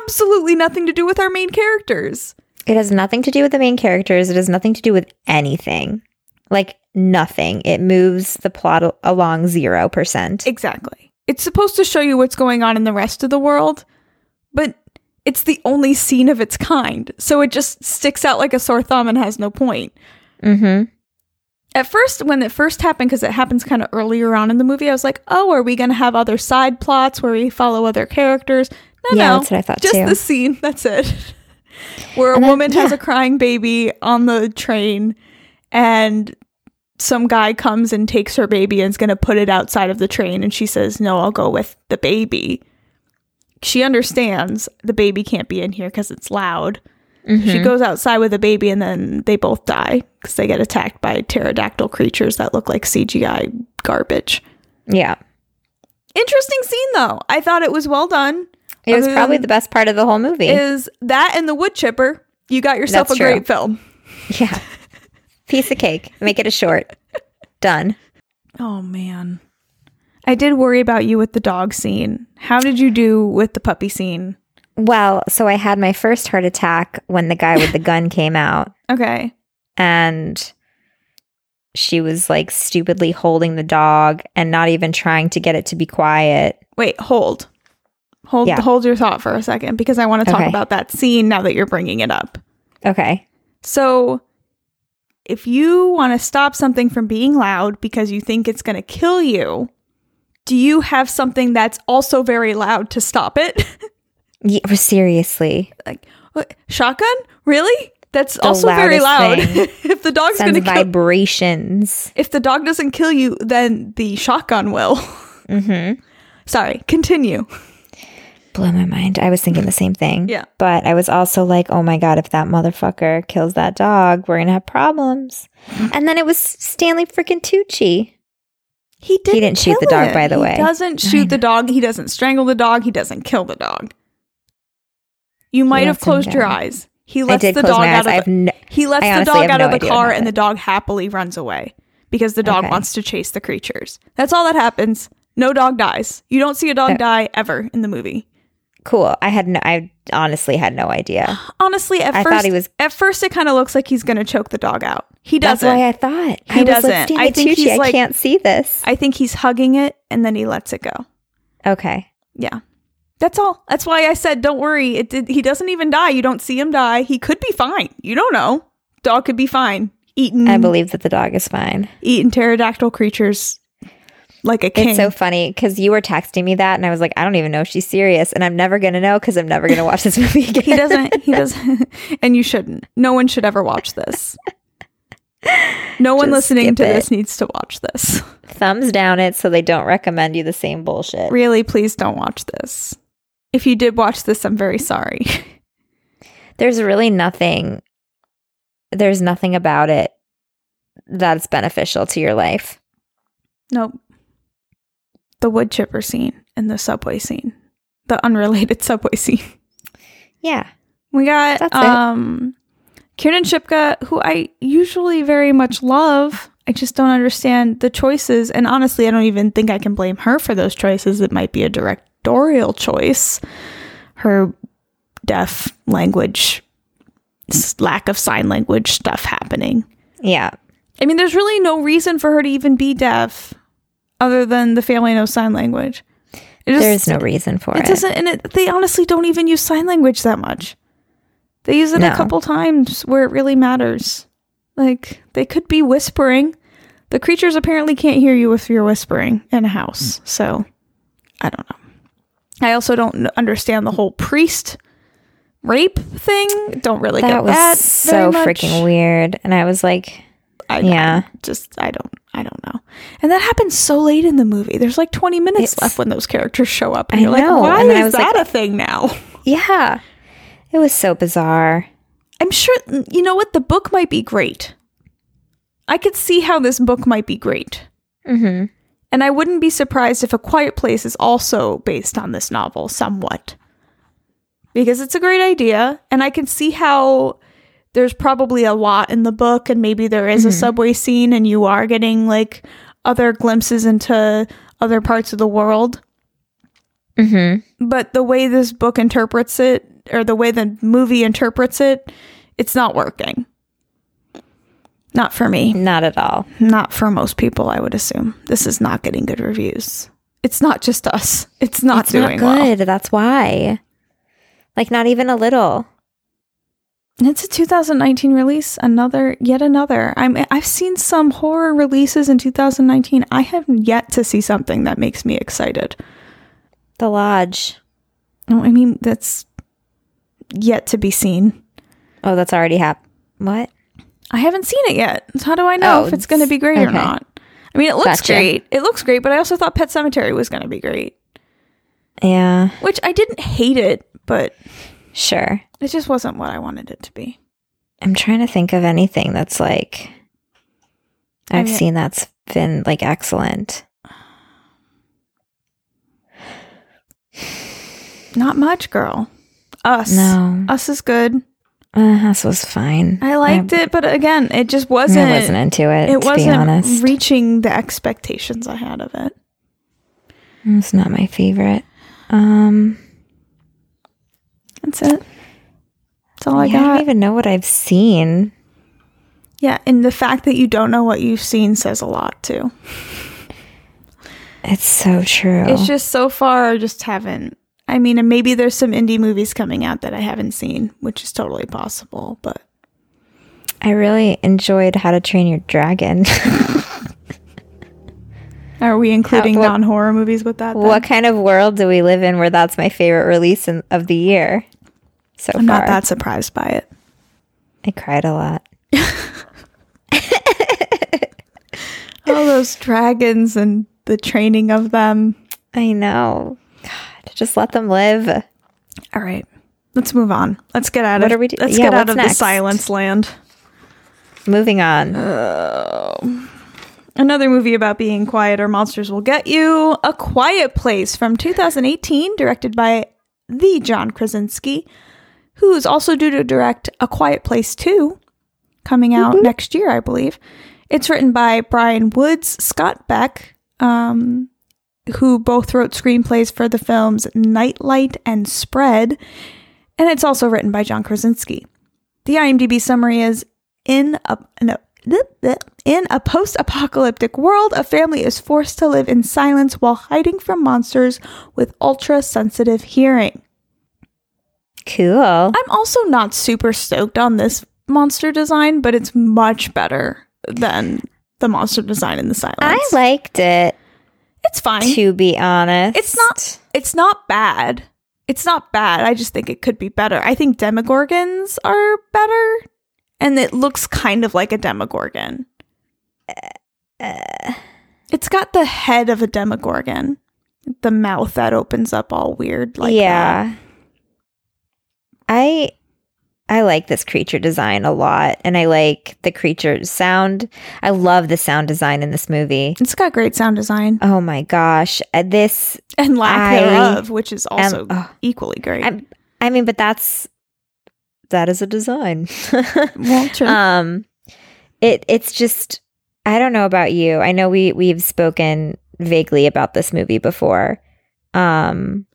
[SPEAKER 4] absolutely nothing to do with our main characters.
[SPEAKER 1] It has nothing to do with the main characters. It has nothing to do with anything. Like nothing. It moves the plot al- along 0%.
[SPEAKER 4] Exactly. It's supposed to show you what's going on in the rest of the world, but it's the only scene of its kind. So it just sticks out like a sore thumb and has no point.
[SPEAKER 1] mhm.
[SPEAKER 4] At first, when it first happened, because it happens kind of earlier on in the movie, I was like, oh, are we going to have other side plots where we follow other characters? No,
[SPEAKER 1] Yeah,
[SPEAKER 4] no.
[SPEAKER 1] that's what I thought
[SPEAKER 4] just
[SPEAKER 1] too.
[SPEAKER 4] the scene. [LAUGHS] That's it. Where a
[SPEAKER 1] And then-
[SPEAKER 4] woman has
[SPEAKER 1] yeah.
[SPEAKER 4] a crying baby on the train and some guy comes and takes her baby and is going to put it outside of the train. And she says, No, I'll go with the baby. She understands the baby can't be in here because it's loud. She
[SPEAKER 1] Mhm.
[SPEAKER 4] goes outside with the baby and then they both die because they get attacked by pterodactyl creatures that look like CGI garbage.
[SPEAKER 1] yeah.
[SPEAKER 4] Interesting scene though. I thought it was well done.
[SPEAKER 1] It was
[SPEAKER 4] Other
[SPEAKER 1] probably
[SPEAKER 4] than-
[SPEAKER 1] the best part of the whole movie.
[SPEAKER 4] Is that and the wood chipper? You got yourself
[SPEAKER 1] That's
[SPEAKER 4] a great film.
[SPEAKER 1] yeah. [LAUGHS] Piece of cake. Make it a short. Done.
[SPEAKER 4] Oh man. I did worry about you with the dog scene. How did you do with the puppy scene?
[SPEAKER 1] Well, so I had my first heart attack when the guy with the [LAUGHS] gun came out.
[SPEAKER 4] Okay.
[SPEAKER 1] and she was like stupidly holding the dog and not even trying to get it to be quiet.
[SPEAKER 4] Wait, hold. Hold
[SPEAKER 1] Yeah.
[SPEAKER 4] hold your thought for a second because I want to talk
[SPEAKER 1] Okay.
[SPEAKER 4] about that scene now that you're bringing it up.
[SPEAKER 1] Okay.
[SPEAKER 4] So, if you want to stop something from being loud because you think it's going to kill you, do you have something that's also very loud to stop it? [LAUGHS]
[SPEAKER 1] Yeah, but seriously,
[SPEAKER 4] What? Shotgun? Really? That's
[SPEAKER 1] The
[SPEAKER 4] also very loud.
[SPEAKER 1] loudest thing.
[SPEAKER 4] [LAUGHS] if the dog's going
[SPEAKER 1] sends
[SPEAKER 4] to kill
[SPEAKER 1] vibrations.
[SPEAKER 4] if the dog doesn't kill you, then the shotgun will. [LAUGHS]
[SPEAKER 1] hmm
[SPEAKER 4] Sorry, continue.
[SPEAKER 1] Blew my mind. I was thinking the same thing.
[SPEAKER 4] Yeah.
[SPEAKER 1] But I was also like, oh my God, if that motherfucker kills that dog, we're going to have [LAUGHS] problems. And then it was Stanley freaking Tucci.
[SPEAKER 4] He didn't,
[SPEAKER 1] didn't shoot the
[SPEAKER 4] kill
[SPEAKER 1] dog,
[SPEAKER 4] it.
[SPEAKER 1] by the
[SPEAKER 4] He
[SPEAKER 1] way.
[SPEAKER 4] doesn't
[SPEAKER 1] I
[SPEAKER 4] shoot the dog. He doesn't strangle the dog. He doesn't kill the dog. You might have
[SPEAKER 1] lets him
[SPEAKER 4] closed your
[SPEAKER 1] down.
[SPEAKER 4] eyes. He
[SPEAKER 1] I
[SPEAKER 4] lets
[SPEAKER 1] did
[SPEAKER 4] the
[SPEAKER 1] close
[SPEAKER 4] dog
[SPEAKER 1] my
[SPEAKER 4] out
[SPEAKER 1] eyes.
[SPEAKER 4] of
[SPEAKER 1] I
[SPEAKER 4] the,
[SPEAKER 1] have no-
[SPEAKER 4] He lets
[SPEAKER 1] I
[SPEAKER 4] the
[SPEAKER 1] honestly
[SPEAKER 4] dog
[SPEAKER 1] have
[SPEAKER 4] out
[SPEAKER 1] no
[SPEAKER 4] of the
[SPEAKER 1] idea
[SPEAKER 4] car
[SPEAKER 1] about
[SPEAKER 4] and
[SPEAKER 1] it.
[SPEAKER 4] the dog happily runs away because the dog
[SPEAKER 1] Okay.
[SPEAKER 4] wants to chase the creatures. That's all that happens. No dog dies. You don't see a dog
[SPEAKER 1] No.
[SPEAKER 4] die ever in the movie.
[SPEAKER 1] Cool. I had no. I honestly had no idea.
[SPEAKER 4] Honestly, at
[SPEAKER 1] I
[SPEAKER 4] first
[SPEAKER 1] thought he was.
[SPEAKER 4] at first it kind of looks like he's going to choke the dog out. He
[SPEAKER 1] That's
[SPEAKER 4] doesn't.
[SPEAKER 1] why I thought
[SPEAKER 4] He
[SPEAKER 1] I was
[SPEAKER 4] doesn't.
[SPEAKER 1] Like,
[SPEAKER 4] I think
[SPEAKER 1] Stanley
[SPEAKER 4] he's
[SPEAKER 1] Tucci, I
[SPEAKER 4] like-
[SPEAKER 1] can't see this.
[SPEAKER 4] I think he's hugging it and then he lets it go.
[SPEAKER 1] Okay.
[SPEAKER 4] Yeah. That's all. That's why I said don't worry. It did, he doesn't even die. You don't see him die. He could be fine. You don't know. Dog could be fine. Eating
[SPEAKER 1] I believe that the dog is fine.
[SPEAKER 4] eating pterodactyl creatures like a king.
[SPEAKER 1] It's so funny because you were texting me that, and I was like, I don't even know if she's serious, and I'm never gonna know because I'm never gonna watch this [LAUGHS] movie again.
[SPEAKER 4] [LAUGHS] he doesn't he doesn't [LAUGHS] and you shouldn't. No one should ever watch
[SPEAKER 1] [LAUGHS]
[SPEAKER 4] this. No one
[SPEAKER 1] Just
[SPEAKER 4] listening
[SPEAKER 1] skip
[SPEAKER 4] to
[SPEAKER 1] it.
[SPEAKER 4] this needs to watch this.
[SPEAKER 1] thumbs down it so they don't recommend you the same bullshit.
[SPEAKER 4] Really, please don't watch this. If you did watch this, I'm very sorry. [LAUGHS]
[SPEAKER 1] There's really nothing. There's nothing about it that's beneficial to your life.
[SPEAKER 4] Nope. The wood chipper scene and the subway scene. The unrelated [LAUGHS] subway scene.
[SPEAKER 1] Yeah.
[SPEAKER 4] We got
[SPEAKER 1] That's it.
[SPEAKER 4] um Kieran Shipka, who I usually very much love. I just don't understand the choices. And honestly, I don't even think I can blame her for those choices. It might be a directorial choice. Her deaf language, s- lack of sign language stuff happening.
[SPEAKER 1] Yeah.
[SPEAKER 4] I mean, there's really no reason for her to even be deaf other than the family knows sign language. It just-
[SPEAKER 1] There's no reason for
[SPEAKER 4] it
[SPEAKER 1] it.
[SPEAKER 4] doesn't, and it, they honestly don't even use sign language that much. They use it
[SPEAKER 1] No.
[SPEAKER 4] a couple times where it really matters. Like they could be whispering. The creatures apparently can't hear you if you're whispering in a house.
[SPEAKER 1] Mm.
[SPEAKER 4] So I don't know. I also don't n- understand the whole priest rape thing. Don't really
[SPEAKER 1] that
[SPEAKER 4] get
[SPEAKER 1] was
[SPEAKER 4] that
[SPEAKER 1] so
[SPEAKER 4] very much.
[SPEAKER 1] freaking weird. And I was like,
[SPEAKER 4] I,
[SPEAKER 1] Yeah.
[SPEAKER 4] I just I don't I don't know. And that happens so late in the movie. There's like 20 minutes
[SPEAKER 1] It's-
[SPEAKER 4] left when those characters show up, and
[SPEAKER 1] I
[SPEAKER 4] you're
[SPEAKER 1] know,
[SPEAKER 4] like, why
[SPEAKER 1] and then I
[SPEAKER 4] is
[SPEAKER 1] was like-
[SPEAKER 4] that a thing now?
[SPEAKER 1] yeah. It was so bizarre.
[SPEAKER 4] I'm sure you know what the book might be great. I could see how this book might be great,
[SPEAKER 1] hmm
[SPEAKER 4] and I wouldn't be surprised if A Quiet Place is also based on this novel somewhat, because it's a great idea, and I can see how there's probably a lot in the book, and maybe there is a subway scene, and you are getting like other glimpses into other parts of the world
[SPEAKER 1] hmm
[SPEAKER 4] but the way this book interprets it or the way the movie interprets it it's not working not for me
[SPEAKER 1] Not at all.
[SPEAKER 4] not for most people i would assume this is not getting good reviews it's not just us it's not
[SPEAKER 1] it's not
[SPEAKER 4] doing
[SPEAKER 1] good.
[SPEAKER 4] well
[SPEAKER 1] That's why. Like not even a little.
[SPEAKER 4] And it's a 2019 release another yet another i'm i've seen some horror releases in 2019 i have yet to see something that makes me excited
[SPEAKER 1] The lodge.
[SPEAKER 4] no i mean that's yet to be seen
[SPEAKER 1] Oh, that's already happened. What?
[SPEAKER 4] I haven't seen it yet. So how do I know
[SPEAKER 1] Oh,
[SPEAKER 4] if it's going to be great or
[SPEAKER 1] okay.
[SPEAKER 4] not? I mean, it looks
[SPEAKER 1] Gotcha.
[SPEAKER 4] great. It looks great, but I also thought Pet Cemetery was going to be great,
[SPEAKER 1] Yeah.
[SPEAKER 4] which I didn't hate it, but
[SPEAKER 1] Sure.
[SPEAKER 4] it just wasn't what I wanted it to be.
[SPEAKER 1] I'm trying to think of anything that's like
[SPEAKER 4] I
[SPEAKER 1] I've
[SPEAKER 4] mean-
[SPEAKER 1] seen that's been like excellent.
[SPEAKER 4] Not much, girl. Us.
[SPEAKER 1] No.
[SPEAKER 4] Us is good.
[SPEAKER 1] Uh, this was fine.
[SPEAKER 4] I liked it, but again, it just wasn't.
[SPEAKER 1] I wasn't into it,
[SPEAKER 4] it
[SPEAKER 1] to
[SPEAKER 4] wasn't
[SPEAKER 1] be honest.
[SPEAKER 4] reaching the expectations I had of it.
[SPEAKER 1] it's not my favorite. Um
[SPEAKER 4] That's it. That's all I
[SPEAKER 1] yeah, I
[SPEAKER 4] got.
[SPEAKER 1] don't even know what I've seen.
[SPEAKER 4] yeah, and the fact that you don't know what you've seen says a lot too.
[SPEAKER 1] It's so true.
[SPEAKER 4] It's just so far, I just haven't. I mean, and maybe there's some indie movies coming out that I haven't seen, which is totally possible. But
[SPEAKER 1] I really enjoyed How to Train Your Dragon. [LAUGHS]
[SPEAKER 4] are we including
[SPEAKER 1] what-
[SPEAKER 4] non horror movies with that? then?
[SPEAKER 1] What kind of world do we live in where that's my favorite release in, of the year so
[SPEAKER 4] I'm
[SPEAKER 1] far?
[SPEAKER 4] not that surprised by it.
[SPEAKER 1] I cried a lot.
[SPEAKER 4] All those dragons and the training of them.
[SPEAKER 1] I know. God, just let them live.
[SPEAKER 4] All right, let's move on. Let's get out
[SPEAKER 1] What
[SPEAKER 4] of.
[SPEAKER 1] are we do-
[SPEAKER 4] Let's
[SPEAKER 1] yeah,
[SPEAKER 4] get out
[SPEAKER 1] what's
[SPEAKER 4] of the
[SPEAKER 1] next?
[SPEAKER 4] silence land.
[SPEAKER 1] Moving on.
[SPEAKER 4] [GASPS] Another movie about being quiet or monsters will get you. A Quiet Place from 2018, directed by the John Krasinski, who is also due to direct A Quiet Place 2, coming out next year, I believe. It's written by Brian Woods, Scott Beck, um, who both wrote screenplays for the films Nightlight and Spread, and it's also written by John Krasinski. The IMDb summary is in a no, bleh, bleh. in a post-apocalyptic world, a family is forced to live in silence while hiding from monsters with ultra-sensitive hearing.
[SPEAKER 1] Cool.
[SPEAKER 4] I'm also not super stoked on this monster design, but it's much better than the monster design in the silence.
[SPEAKER 1] I liked it,
[SPEAKER 4] it's fine.
[SPEAKER 1] to be honest.
[SPEAKER 4] It's not it's not bad. It's not bad. I just think it could be better. I think demogorgons are better and it looks kind of like a demogorgon.
[SPEAKER 1] Uh,
[SPEAKER 4] it's got the head of a demogorgon. The mouth that opens up all weird like that.
[SPEAKER 1] yeah. I I like this creature design a lot and I like the creature sound. I love the sound design in this movie.
[SPEAKER 4] It's got great sound design
[SPEAKER 1] Oh my gosh. Uh, This
[SPEAKER 4] and lack
[SPEAKER 1] I
[SPEAKER 4] thereof, which is also
[SPEAKER 1] oh.
[SPEAKER 4] equally great.
[SPEAKER 1] I'm- I mean, but that's that is a design. [LAUGHS]
[SPEAKER 4] well, true.
[SPEAKER 1] um it it's just I don't know about you. I know we we've spoken vaguely about this movie before. Um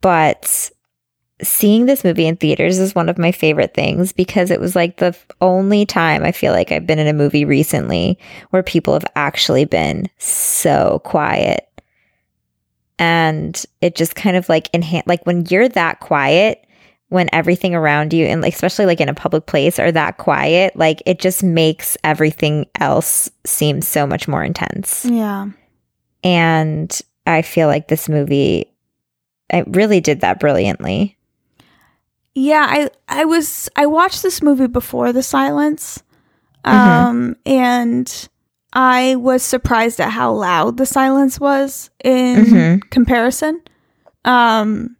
[SPEAKER 1] but seeing this movie in theaters is one of my favorite things because it was like the f- only time I feel like I've been in a movie recently where people have actually been so quiet. And it just kind of like enhance like when you're that quiet when everything around you and like especially like in a public place are that quiet, like it just makes everything else seem so much more intense
[SPEAKER 4] yeah.
[SPEAKER 1] and I feel like this movie it really did that brilliantly.
[SPEAKER 4] Yeah, I I was I watched this movie before The Silence.
[SPEAKER 1] Mhm.
[SPEAKER 4] Um and I was surprised at how loud The Silence was in
[SPEAKER 1] Mhm.
[SPEAKER 4] comparison. Um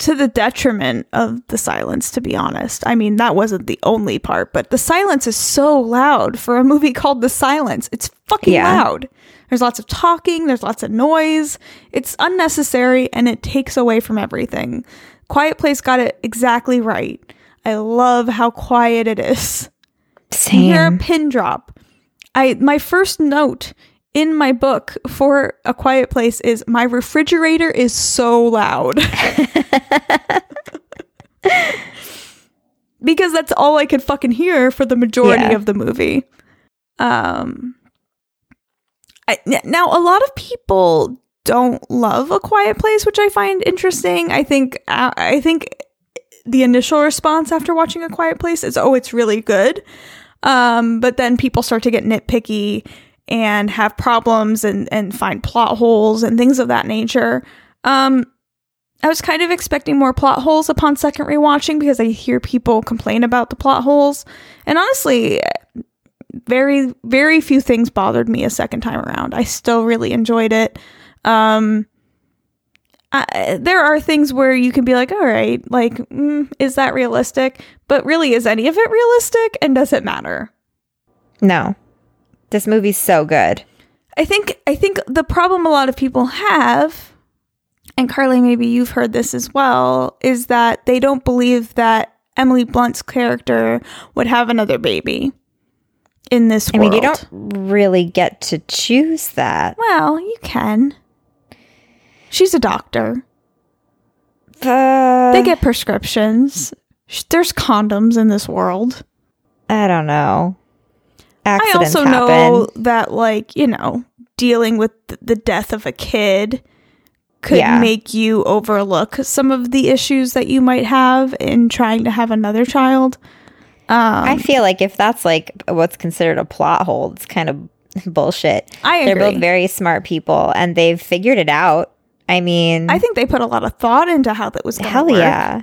[SPEAKER 4] to the detriment of The Silence to be honest. I mean, that wasn't the only part, but The Silence is so loud for a movie [LAUGHS] called The Silence. It's fucking
[SPEAKER 1] Yeah.
[SPEAKER 4] loud. There's lots of talking, there's lots of noise. It's unnecessary and it takes away from everything. Quiet Place got it exactly right. I love how quiet it is. You hear a
[SPEAKER 1] Same.
[SPEAKER 4] pin drop. I my first note in my book for A Quiet Place is my refrigerator is so loud. [LAUGHS] because that's all I could fucking hear for the majority
[SPEAKER 1] Yeah.
[SPEAKER 4] of the movie. Um I, n- now a lot of people don't love a quiet place, which I find interesting. I think I I think the initial response after watching a quiet place is oh it's really good. Um but then people start to get nitpicky and have problems and and find plot holes and things of that nature. Um I was kind of expecting more plot holes upon second rewatching because I hear people complain about the plot holes. And honestly, very very few things bothered me a second time around. I still really enjoyed it. Um I, there are things where you can be like, all right, like, mm, is that realistic? But really, is any of it realistic? And does it matter?
[SPEAKER 1] [LAUGHS] No. This movie's so good.
[SPEAKER 4] I think I think the problem a lot of people have, and Carly, maybe you've heard this as well, is that they don't believe that Emily Blunt's character would have another baby in this
[SPEAKER 1] I
[SPEAKER 4] world.
[SPEAKER 1] mean, you don't really get to choose that.
[SPEAKER 4] Well, you can. She's a doctor.
[SPEAKER 1] Uh,
[SPEAKER 4] They get prescriptions. Sh- There's condoms in this world.
[SPEAKER 1] I don't know. Accidents
[SPEAKER 4] I also
[SPEAKER 1] happen.
[SPEAKER 4] know that, like, you know, dealing with th- the death of a kid could
[SPEAKER 1] Yeah.
[SPEAKER 4] make you overlook some of the issues that you might have in trying to have another child. Um,
[SPEAKER 1] I feel like if that's like what's considered a plot hole, it's kind of [LAUGHS] bullshit.
[SPEAKER 4] I
[SPEAKER 1] They're both
[SPEAKER 4] agree.
[SPEAKER 1] very smart people and they've figured it out. I mean,
[SPEAKER 4] I think they put a lot of thought into how that was going
[SPEAKER 1] hell yeah.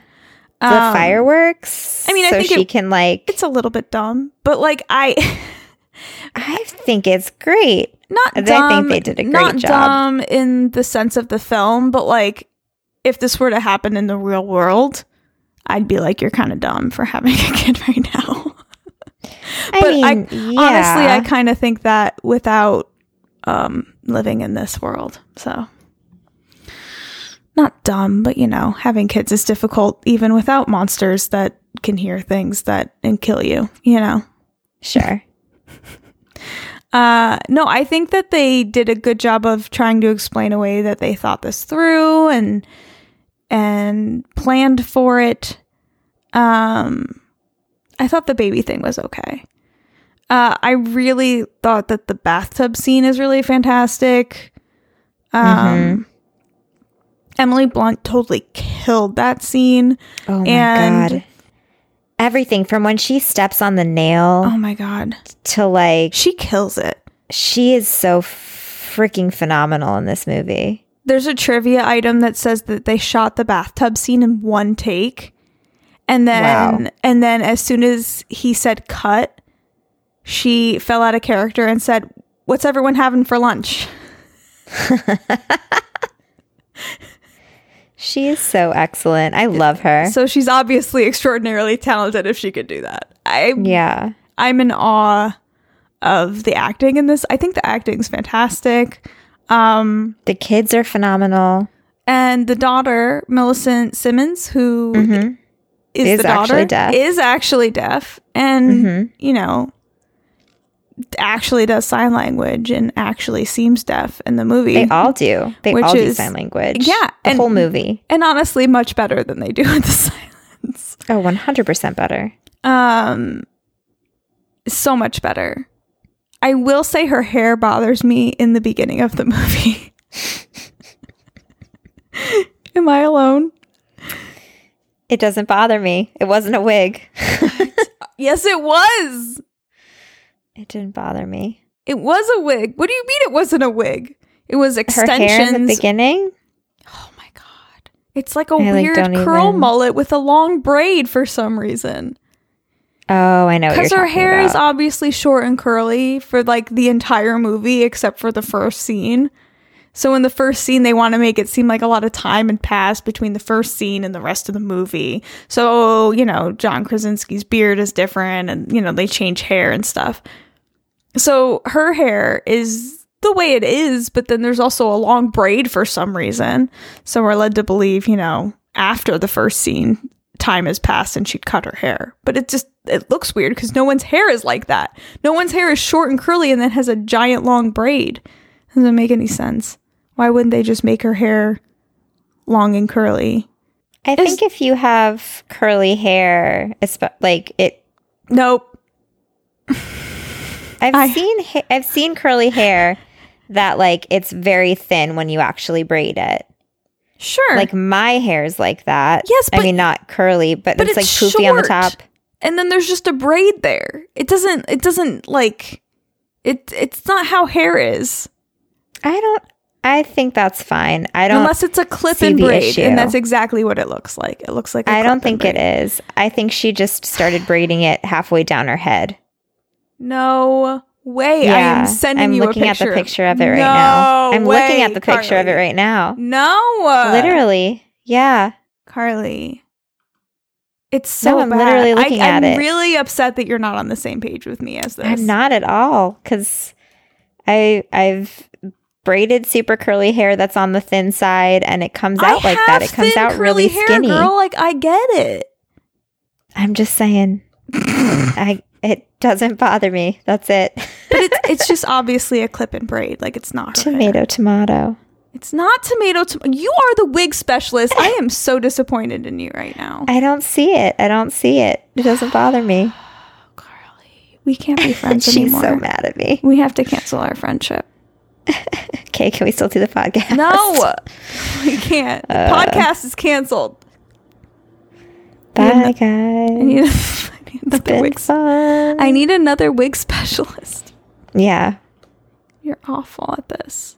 [SPEAKER 1] the fireworks.
[SPEAKER 4] Um, I mean, I
[SPEAKER 1] so
[SPEAKER 4] think
[SPEAKER 1] she
[SPEAKER 4] it-
[SPEAKER 1] can like.
[SPEAKER 4] It's a little bit dumb, but like I [LAUGHS]
[SPEAKER 1] I think it's great.
[SPEAKER 4] not
[SPEAKER 1] I think
[SPEAKER 4] dumb,
[SPEAKER 1] they did a great
[SPEAKER 4] not
[SPEAKER 1] job.
[SPEAKER 4] dumb in the sense of the film, but like if this were to happen in the real world, I'd be like, you're kind of dumb for having a [LAUGHS] kid right now.
[SPEAKER 1] I
[SPEAKER 4] But I-
[SPEAKER 1] mean, yeah.
[SPEAKER 4] Honestly, I kind of think that without um, living in this world, so not dumb, but you know, having kids is difficult even without monsters that [LAUGHS] can hear things that and kill you. You know.
[SPEAKER 1] sure.
[SPEAKER 4] Uh, no, I think that they did a good job of trying to explain a way that they thought this through and and planned for it. Um, I thought the baby thing was okay. Uh, I really thought that the bathtub scene is really fantastic. Um, Emily Blunt totally killed that scene.
[SPEAKER 1] Oh my
[SPEAKER 4] and
[SPEAKER 1] god. Everything from when she steps on the nail
[SPEAKER 4] oh my god,
[SPEAKER 1] to like
[SPEAKER 4] she kills it.
[SPEAKER 1] she is so freaking phenomenal in this movie.
[SPEAKER 4] There's a trivia item that says that they shot the bathtub scene in one take. And then
[SPEAKER 1] Wow.
[SPEAKER 4] and then as soon as he said cut, she fell out of character and said, "What's everyone having for lunch?"
[SPEAKER 1] She is so excellent. I love her.
[SPEAKER 4] So she's obviously extraordinarily talented if she could do that. I
[SPEAKER 1] yeah.
[SPEAKER 4] I'm in awe of the acting in this. I think the acting's fantastic. Um
[SPEAKER 1] The kids are phenomenal.
[SPEAKER 4] and the daughter Millicent Simmons, who
[SPEAKER 1] Mm-hmm.
[SPEAKER 4] is
[SPEAKER 1] Is
[SPEAKER 4] the daughter,
[SPEAKER 1] actually deaf. Mm-hmm.
[SPEAKER 4] is actually deaf, and you know, actually does sign language and actually seems deaf in the movie.
[SPEAKER 1] They all do. They
[SPEAKER 4] Mm-hmm. Which
[SPEAKER 1] all do
[SPEAKER 4] is-
[SPEAKER 1] sign language.
[SPEAKER 4] yeah,
[SPEAKER 1] The
[SPEAKER 4] and-
[SPEAKER 1] whole movie.
[SPEAKER 4] and honestly, much better than they do with the [LAUGHS] sign.
[SPEAKER 1] Oh, 100% better.
[SPEAKER 4] Um, so much better. I will say her hair bothers me in the beginning of the movie. [LAUGHS] Am I alone?
[SPEAKER 1] It doesn't bother me. It wasn't a wig. [LAUGHS]
[SPEAKER 4] Yes, it was.
[SPEAKER 1] It didn't bother me.
[SPEAKER 4] It was a wig. What do you mean it wasn't a wig? It was
[SPEAKER 1] Her
[SPEAKER 4] extensions.
[SPEAKER 1] hair in the beginning.
[SPEAKER 4] oh my god. It's like a
[SPEAKER 1] I, like,
[SPEAKER 4] weird
[SPEAKER 1] don't
[SPEAKER 4] curl
[SPEAKER 1] even-
[SPEAKER 4] mullet with a long braid for some reason.
[SPEAKER 1] Oh, I know.
[SPEAKER 4] Cuz
[SPEAKER 1] Because
[SPEAKER 4] her hair is obviously short and curly for like the entire movie except for the first scene. So in the first scene they want to make it seem like a lot of time had passed between the first scene and the rest of the movie. So, you know, John Krasinski's beard is different and you know, they change hair and stuff. So her hair is the way it is, but then there's also a long braid for some reason. So we're led to believe, you know, after the first scene, time has passed and she'd cut her hair. But it just it looks weird because no one's hair is like that. No one's hair is short and curly and then has a giant long braid. Doesn't make any sense. Why wouldn't they just make her hair long and curly?
[SPEAKER 1] I think if you have curly hair, espe- like it,
[SPEAKER 4] Nope.
[SPEAKER 1] I've
[SPEAKER 4] I-
[SPEAKER 1] seen ha- I've seen curly hair that like it's very thin when you actually braid it.
[SPEAKER 4] Sure.
[SPEAKER 1] Like my hair's like that.
[SPEAKER 4] Yes,
[SPEAKER 1] I
[SPEAKER 4] but-
[SPEAKER 1] mean not curly, but,
[SPEAKER 4] but
[SPEAKER 1] it's,
[SPEAKER 4] it's
[SPEAKER 1] like poofy on the
[SPEAKER 4] short.
[SPEAKER 1] top.
[SPEAKER 4] and then there's just a braid there. It doesn't it doesn't like it it's not how hair is.
[SPEAKER 1] I don't. I think that's fine. I don't.
[SPEAKER 4] unless it's a clip
[SPEAKER 1] see
[SPEAKER 4] and
[SPEAKER 1] the
[SPEAKER 4] braid
[SPEAKER 1] issue.
[SPEAKER 4] and that's exactly what it looks like. It looks like I
[SPEAKER 1] I don't think it is. I think she just started braiding it halfway down her head.
[SPEAKER 4] No way. I
[SPEAKER 1] Yeah,
[SPEAKER 4] am sending
[SPEAKER 1] I'm
[SPEAKER 4] you
[SPEAKER 1] looking
[SPEAKER 4] a
[SPEAKER 1] at
[SPEAKER 4] picture.
[SPEAKER 1] the picture of it right now.
[SPEAKER 4] No
[SPEAKER 1] I'm looking
[SPEAKER 4] way,
[SPEAKER 1] at the picture of it
[SPEAKER 4] Carly.
[SPEAKER 1] right now.
[SPEAKER 4] No.
[SPEAKER 1] Literally, yeah.
[SPEAKER 4] Carly. It's so
[SPEAKER 1] No, I'm
[SPEAKER 4] bad.
[SPEAKER 1] literally looking
[SPEAKER 4] I,
[SPEAKER 1] at
[SPEAKER 4] I'm
[SPEAKER 1] it.
[SPEAKER 4] really upset that you're not on the same page with me as this.
[SPEAKER 1] I'm not at all because I I've braided super curly hair that's on the thin side and it comes out
[SPEAKER 4] I
[SPEAKER 1] like that.
[SPEAKER 4] have
[SPEAKER 1] It comes
[SPEAKER 4] thin,
[SPEAKER 1] out
[SPEAKER 4] curly
[SPEAKER 1] really
[SPEAKER 4] hair,
[SPEAKER 1] skinny.
[SPEAKER 4] Girl, like I get it.
[SPEAKER 1] I'm just saying, I it doesn't bother me. That's
[SPEAKER 4] [LAUGHS]
[SPEAKER 1] it.
[SPEAKER 4] But it's
[SPEAKER 1] [LAUGHS]
[SPEAKER 4] it's just obviously a clip and braid. Like it's not her hair.
[SPEAKER 1] tomato, tomato.
[SPEAKER 4] It's not tomato. Tom- you are the wig specialist. I am so disappointed in you right now,
[SPEAKER 1] I don't see it. I don't see it. It doesn't bother
[SPEAKER 4] [SIGHS]
[SPEAKER 1] me.
[SPEAKER 4] Carly. We can't
[SPEAKER 1] [LAUGHS]
[SPEAKER 4] be friends
[SPEAKER 1] She's
[SPEAKER 4] anymore.
[SPEAKER 1] so mad at me.
[SPEAKER 4] We have to cancel
[SPEAKER 1] [LAUGHS]
[SPEAKER 4] our friendship.
[SPEAKER 1] Okay, can we still do the podcast?
[SPEAKER 4] No, [LAUGHS] we can't. The
[SPEAKER 1] Uh,
[SPEAKER 4] podcast is canceled.
[SPEAKER 1] Bye,
[SPEAKER 4] Yeah.
[SPEAKER 1] guys.
[SPEAKER 4] I [LAUGHS] need, I need another
[SPEAKER 1] Been
[SPEAKER 4] wig. s-
[SPEAKER 1] fun.
[SPEAKER 4] I need another wig specialist. [LAUGHS]
[SPEAKER 1] yeah.
[SPEAKER 4] You're awful at this.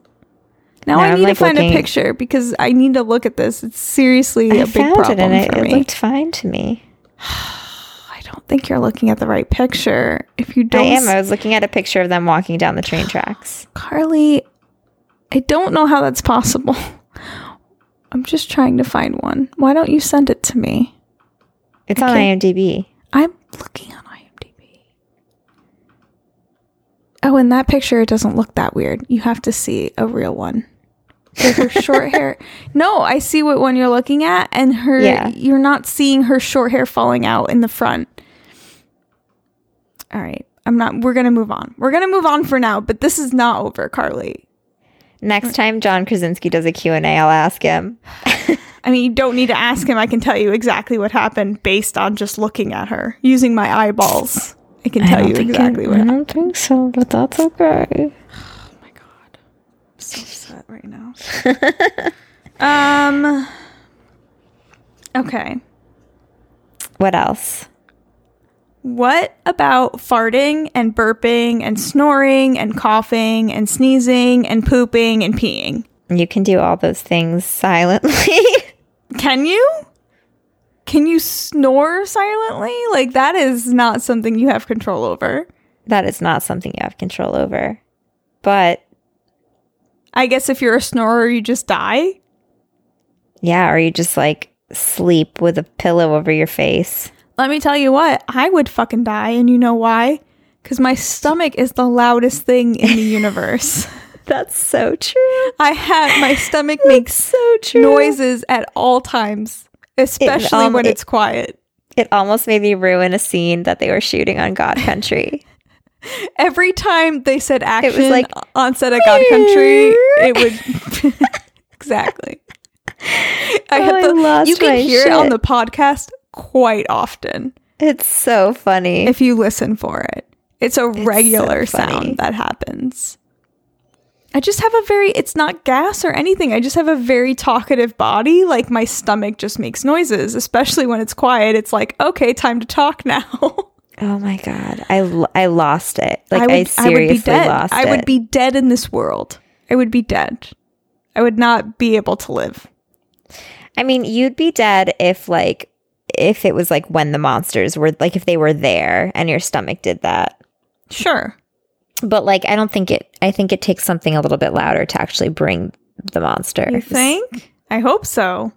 [SPEAKER 4] Now
[SPEAKER 1] No,
[SPEAKER 4] I
[SPEAKER 1] I'm,
[SPEAKER 4] need to
[SPEAKER 1] like,
[SPEAKER 4] find a
[SPEAKER 1] looking-
[SPEAKER 4] picture because I need to look at this. It's seriously a
[SPEAKER 1] I
[SPEAKER 4] big
[SPEAKER 1] found it
[SPEAKER 4] problem
[SPEAKER 1] and it,
[SPEAKER 4] for
[SPEAKER 1] it
[SPEAKER 4] me.
[SPEAKER 1] looked fine to me.
[SPEAKER 4] I don't think you're looking at the right picture. If you
[SPEAKER 1] I
[SPEAKER 4] don't,
[SPEAKER 1] am. I was looking at a picture of them walking down the
[SPEAKER 4] [SIGHS]
[SPEAKER 1] train tracks.
[SPEAKER 4] Carly, I don't know how that's possible. [LAUGHS] I'm just trying to find one. Why don't you send it to me?
[SPEAKER 1] It's on
[SPEAKER 4] Okay.
[SPEAKER 1] IMDb.
[SPEAKER 4] I'm looking on IMDb. Oh, in that picture, it doesn't look that weird. You have to see a real one. With her short hair. No, I see what one you're looking at, and her.
[SPEAKER 1] Yeah.
[SPEAKER 4] You're not seeing her short hair falling out in the front. All right. I'm not. We're gonna move on. We're gonna move on for now. But this is not over, Carly.
[SPEAKER 1] Next time John Krasinski does a Q&A, I'll ask him.
[SPEAKER 4] I mean, you don't need to ask him. I can tell you exactly what happened based on just looking at her using my eyeballs. I can tell you exactly what.
[SPEAKER 1] I
[SPEAKER 4] happened.
[SPEAKER 1] don't think so, but that's okay.
[SPEAKER 4] Oh my god, I'm so upset right now. [LAUGHS] um. Okay.
[SPEAKER 1] What else?
[SPEAKER 4] What about farting and burping and snoring and coughing and sneezing and pooping and peeing?
[SPEAKER 1] You can do all those things silently. [LAUGHS]
[SPEAKER 4] Can you? Can you snore silently? Like, that is not something you have control over.
[SPEAKER 1] that is not something you have control over. But
[SPEAKER 4] I guess if you're a snorer, you just die.
[SPEAKER 1] yeah, or you just like sleep with a pillow over your face.
[SPEAKER 4] Let me tell you what, I would fucking die, and you know why? Because my stomach is the loudest thing in the
[SPEAKER 1] [LAUGHS]
[SPEAKER 4] universe.
[SPEAKER 1] That's so true.
[SPEAKER 4] I have my stomach makes
[SPEAKER 1] So true.
[SPEAKER 4] noises at all times, especially
[SPEAKER 1] um,
[SPEAKER 4] when
[SPEAKER 1] it-
[SPEAKER 4] it's quiet.
[SPEAKER 1] It almost made me ruin a scene that they were shooting on God Country.
[SPEAKER 4] [LAUGHS] Every time they said action
[SPEAKER 1] like,
[SPEAKER 4] on set of God Country, it would [LAUGHS] exactly. I
[SPEAKER 1] [LAUGHS] Oh,
[SPEAKER 4] had
[SPEAKER 1] I
[SPEAKER 4] the,
[SPEAKER 1] lost
[SPEAKER 4] you can
[SPEAKER 1] my
[SPEAKER 4] hear it on
[SPEAKER 1] shit.
[SPEAKER 4] the podcast quite often
[SPEAKER 1] it's so funny.
[SPEAKER 4] if you listen for it. It's a regular
[SPEAKER 1] so funny.
[SPEAKER 4] sound that happens. I just have a very it's not gas or anything. I just have a very talkative body. Like my stomach just makes noises, especially when it's quiet. It's like, okay, time to talk [LAUGHS] now.
[SPEAKER 1] oh my god, I lo- I lost it. Like I,
[SPEAKER 4] would,
[SPEAKER 1] seriously
[SPEAKER 4] would be dead.
[SPEAKER 1] lost
[SPEAKER 4] I would
[SPEAKER 1] it.
[SPEAKER 4] be dead in this world. I would be dead. I would not be able to live.
[SPEAKER 1] I mean, you'd be dead if like if it was like when the monsters were like if they were there and your stomach did that.
[SPEAKER 4] Sure.
[SPEAKER 1] But like I don't think it I think it takes something a little bit louder to actually bring the monster.
[SPEAKER 4] You think? I hope so.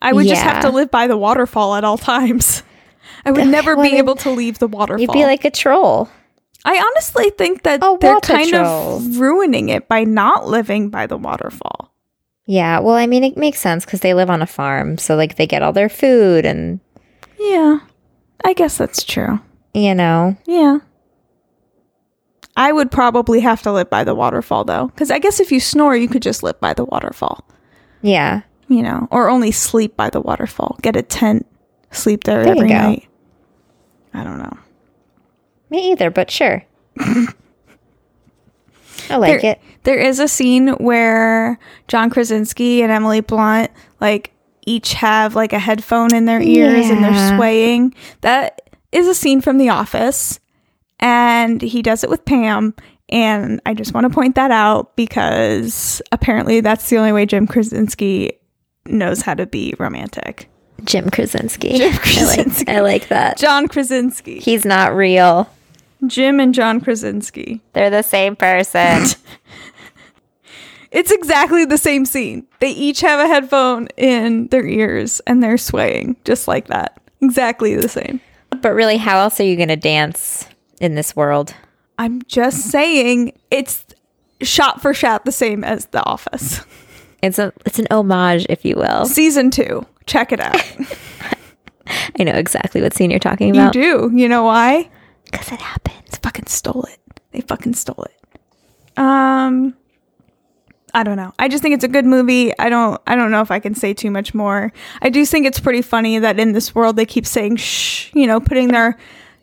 [SPEAKER 4] I would just have to
[SPEAKER 1] Yeah.
[SPEAKER 4] live by the waterfall at all times. [LAUGHS] I
[SPEAKER 1] [LAUGHS]
[SPEAKER 4] would never
[SPEAKER 1] Well,
[SPEAKER 4] be
[SPEAKER 1] then
[SPEAKER 4] able to leave the waterfall.
[SPEAKER 1] You'd be like a troll.
[SPEAKER 4] I honestly think that
[SPEAKER 1] Oh,
[SPEAKER 4] they're
[SPEAKER 1] water
[SPEAKER 4] kind
[SPEAKER 1] trolls.
[SPEAKER 4] of ruining it by not living by the waterfall.
[SPEAKER 1] Yeah, well, I mean, it makes sense because they live on a farm, so like they get all their food, and
[SPEAKER 4] Yeah. I guess that's true.
[SPEAKER 1] you know,
[SPEAKER 4] Yeah. I would probably have to live by the waterfall though, because I guess if you snore, you could just live by the waterfall.
[SPEAKER 1] yeah,
[SPEAKER 4] you know, or only sleep by the waterfall. Get a tent, sleep there,
[SPEAKER 1] There you
[SPEAKER 4] every
[SPEAKER 1] go.
[SPEAKER 4] night. I don't know.
[SPEAKER 1] me either, but [LAUGHS] sure, I like
[SPEAKER 4] There-
[SPEAKER 1] it.
[SPEAKER 4] There is a scene where John Krasinski and Emily Blunt like each have like a headphone in their ears and
[SPEAKER 1] Yeah.
[SPEAKER 4] they're swaying. That is a scene from The Office, and he does it with Pam. And I just want to point that out because apparently that's the only way Jim Krasinski knows how to be romantic.
[SPEAKER 1] Jim Krasinski. [LAUGHS]
[SPEAKER 4] Jim
[SPEAKER 1] I,
[SPEAKER 4] Krasinski.
[SPEAKER 1] like, I like that.
[SPEAKER 4] John Krasinski.
[SPEAKER 1] He's not real.
[SPEAKER 4] Jim and John Krasinski.
[SPEAKER 1] They're the same [LAUGHS] person.
[SPEAKER 4] It's exactly the same scene. They each have a headphone in their ears and they're swaying just like that. Exactly the same.
[SPEAKER 1] but really, how else are you going to dance in this world?
[SPEAKER 4] I'm just saying it's shot for shot the same as The Office. [LAUGHS]
[SPEAKER 1] It's a it's an homage, if you will.
[SPEAKER 4] Season two. Check it out.
[SPEAKER 1] I know exactly what scene you're talking
[SPEAKER 4] you
[SPEAKER 1] about
[SPEAKER 4] do. You know why?
[SPEAKER 1] because it happened.
[SPEAKER 4] They fucking stole it. They fucking stole it. Um I don't know. I just think it's a good movie. I don't I don't know if I can say too much more. I do think it's pretty funny that in this world they keep saying shh, you know, putting their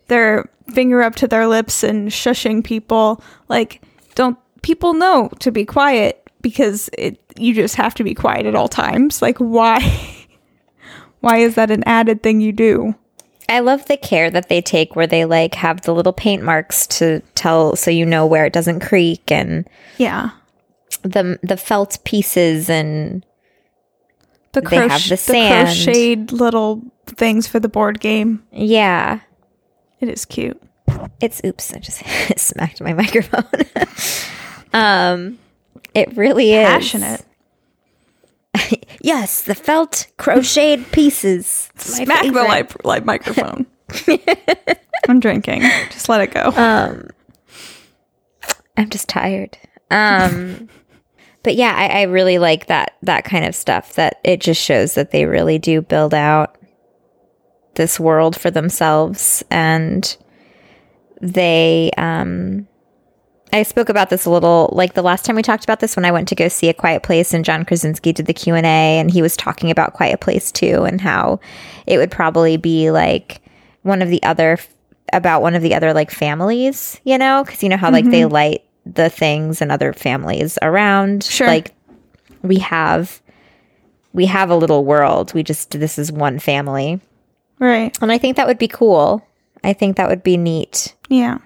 [SPEAKER 4] their finger up to their lips and shushing people. Like don't people know to be quiet because it you just have to be quiet at all times. Like why [LAUGHS] why is that an added thing you do?
[SPEAKER 1] I love the care that they take where they like have the little paint marks to tell so you know where it doesn't creak and
[SPEAKER 4] Yeah.
[SPEAKER 1] the the felt pieces and
[SPEAKER 4] the
[SPEAKER 1] They have
[SPEAKER 4] croch-
[SPEAKER 1] the sand.
[SPEAKER 4] crocheted little things for the board game.
[SPEAKER 1] yeah.
[SPEAKER 4] It is cute.
[SPEAKER 1] It's oops, I just [LAUGHS] smacked my microphone. [LAUGHS] um it really is
[SPEAKER 4] Passionate.
[SPEAKER 1] Yes, the felt crocheted pieces. It's my
[SPEAKER 4] Smack the
[SPEAKER 1] favorite.
[SPEAKER 4] live,
[SPEAKER 1] [LAUGHS]
[SPEAKER 4] live microphone. I'm drinking. Just let it go.
[SPEAKER 1] Um, I'm just tired. Um, but yeah, I, I really like that that kind of stuff. That it just shows that they really do build out this world for themselves, and they um I spoke about this a little like the last time we talked about this when I went to go see a quiet place and John Krasinski did the Q&A and he was talking about quiet place too and how it would probably be like one of the other about one of the other like families, you know, cuz you know how like they light the things and other families around
[SPEAKER 4] Sure.
[SPEAKER 1] like we have we have a little world. We just this is one family.
[SPEAKER 4] Right.
[SPEAKER 1] And I think that would be cool. I think that would be neat
[SPEAKER 4] Yeah.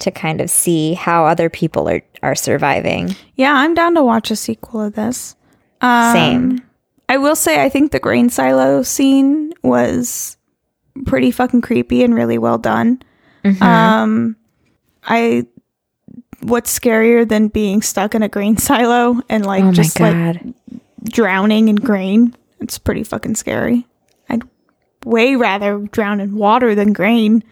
[SPEAKER 1] to kind of see how other people are are surviving.
[SPEAKER 4] Yeah, I'm down to watch a sequel of this. Um,
[SPEAKER 1] Same.
[SPEAKER 4] I will say, I think the grain silo scene was pretty fucking creepy and really well done.
[SPEAKER 1] Mm-hmm.
[SPEAKER 4] Um, I what's scarier than being stuck in a grain silo and
[SPEAKER 1] Oh
[SPEAKER 4] like just like drowning in grain? It's pretty fucking scary. I'd way rather drown in water than grain.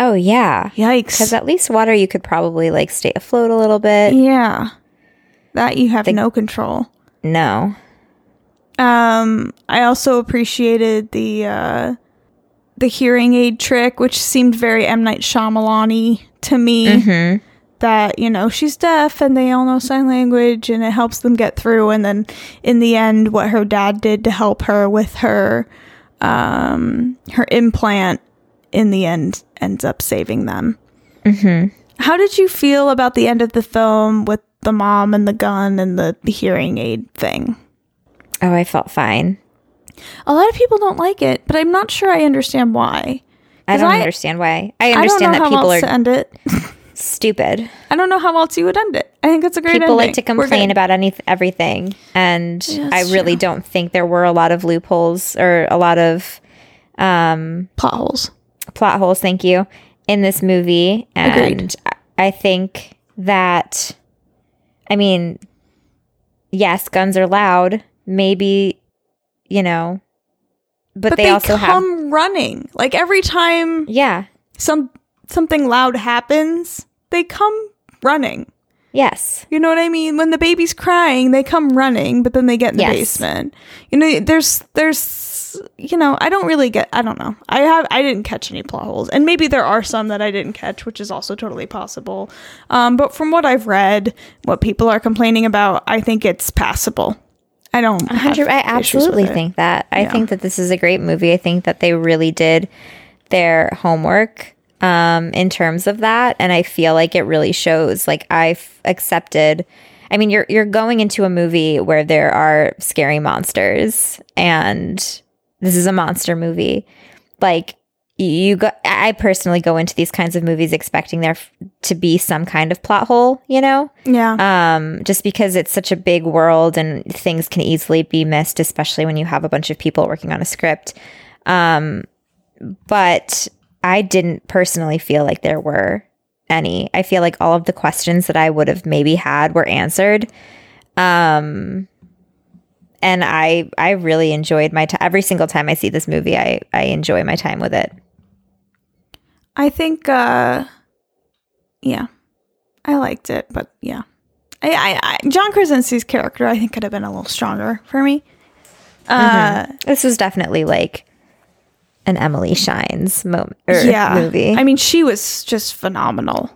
[SPEAKER 1] oh yeah. Cuz
[SPEAKER 4] Yikes!
[SPEAKER 1] at least water you could probably like stay afloat a little bit.
[SPEAKER 4] yeah, that you have no control.
[SPEAKER 1] No.
[SPEAKER 4] Um, I also appreciated the uh, the hearing aid trick, which seemed very M Night Shyamalan-y to me.
[SPEAKER 1] Hmm.
[SPEAKER 4] That you know she's deaf and they all know sign language, and it helps them get through. And then in the end, what her dad did to help her with her um, her implant in the end ends up saving them. Mm-hmm. How did you feel about the end of the film with the mom and the gun and the, the hearing aid thing?
[SPEAKER 1] Oh, I felt fine.
[SPEAKER 4] A lot of people don't like it, but I'm not sure I understand why.
[SPEAKER 1] I
[SPEAKER 4] 'Cause
[SPEAKER 1] don't
[SPEAKER 4] I-
[SPEAKER 1] understand why. I
[SPEAKER 4] I don't know
[SPEAKER 1] understand
[SPEAKER 4] how
[SPEAKER 1] that people
[SPEAKER 4] else
[SPEAKER 1] are
[SPEAKER 4] to end it.
[SPEAKER 1] stupid.
[SPEAKER 4] I don't know how else you would end it. I think that's a great.
[SPEAKER 1] People like to
[SPEAKER 4] ending. We're
[SPEAKER 1] complain
[SPEAKER 4] good.
[SPEAKER 1] about any everything, and
[SPEAKER 4] Yeah,
[SPEAKER 1] I
[SPEAKER 4] that's
[SPEAKER 1] really don't think there were a lot of loopholes or a lot of um
[SPEAKER 4] plot holes.
[SPEAKER 1] plot holes, thank you, in this movie. And
[SPEAKER 4] Agreed.
[SPEAKER 1] I I think that, I mean, yes, guns are loud. Maybe, you know, but,
[SPEAKER 4] But,
[SPEAKER 1] they,
[SPEAKER 4] they,
[SPEAKER 1] also have.
[SPEAKER 4] come running. Like every time
[SPEAKER 1] Yeah.
[SPEAKER 4] some something loud happens, they come running.
[SPEAKER 1] Yes.
[SPEAKER 4] You know what I mean? When the baby's crying, they come running, but then they get in
[SPEAKER 1] Yes.
[SPEAKER 4] the basement. You know, there's there's you know, I don't really get I don't know. I have I didn't catch any plot holes. And maybe there are some that I didn't catch, which is also totally possible. Um, but from what I've read, what people are complaining about, I think it's passable. I don't
[SPEAKER 1] A hundred- I absolutely
[SPEAKER 4] think.
[SPEAKER 1] think that. I
[SPEAKER 4] Yeah.
[SPEAKER 1] think that this is a great movie. I think that they really did their homework um, in terms of that, and I feel like it really shows. Like I've accepted. I mean, you're you're going into a movie where there are scary monsters, and this is a monster movie. Like you go, I personally go into these kinds of movies expecting there f- to be some kind of plot hole, you know
[SPEAKER 4] Yeah.
[SPEAKER 1] um, just because it's such a big world and things can easily be missed, especially when you have a bunch of people working on a script. Um, but I didn't personally feel like there were any. I feel like all of the questions that I would have maybe had were answered. Um, and I I really enjoyed my time. Every single time I see this movie, I I enjoy my time with it.
[SPEAKER 4] I think uh yeah. I liked it, but yeah. I, I, I John Krasinski's character I think could have been a little stronger for me. Uh
[SPEAKER 1] This was definitely like an Emily Shines moment or movie. Mm-hmm.
[SPEAKER 4] I mean, she was just phenomenal.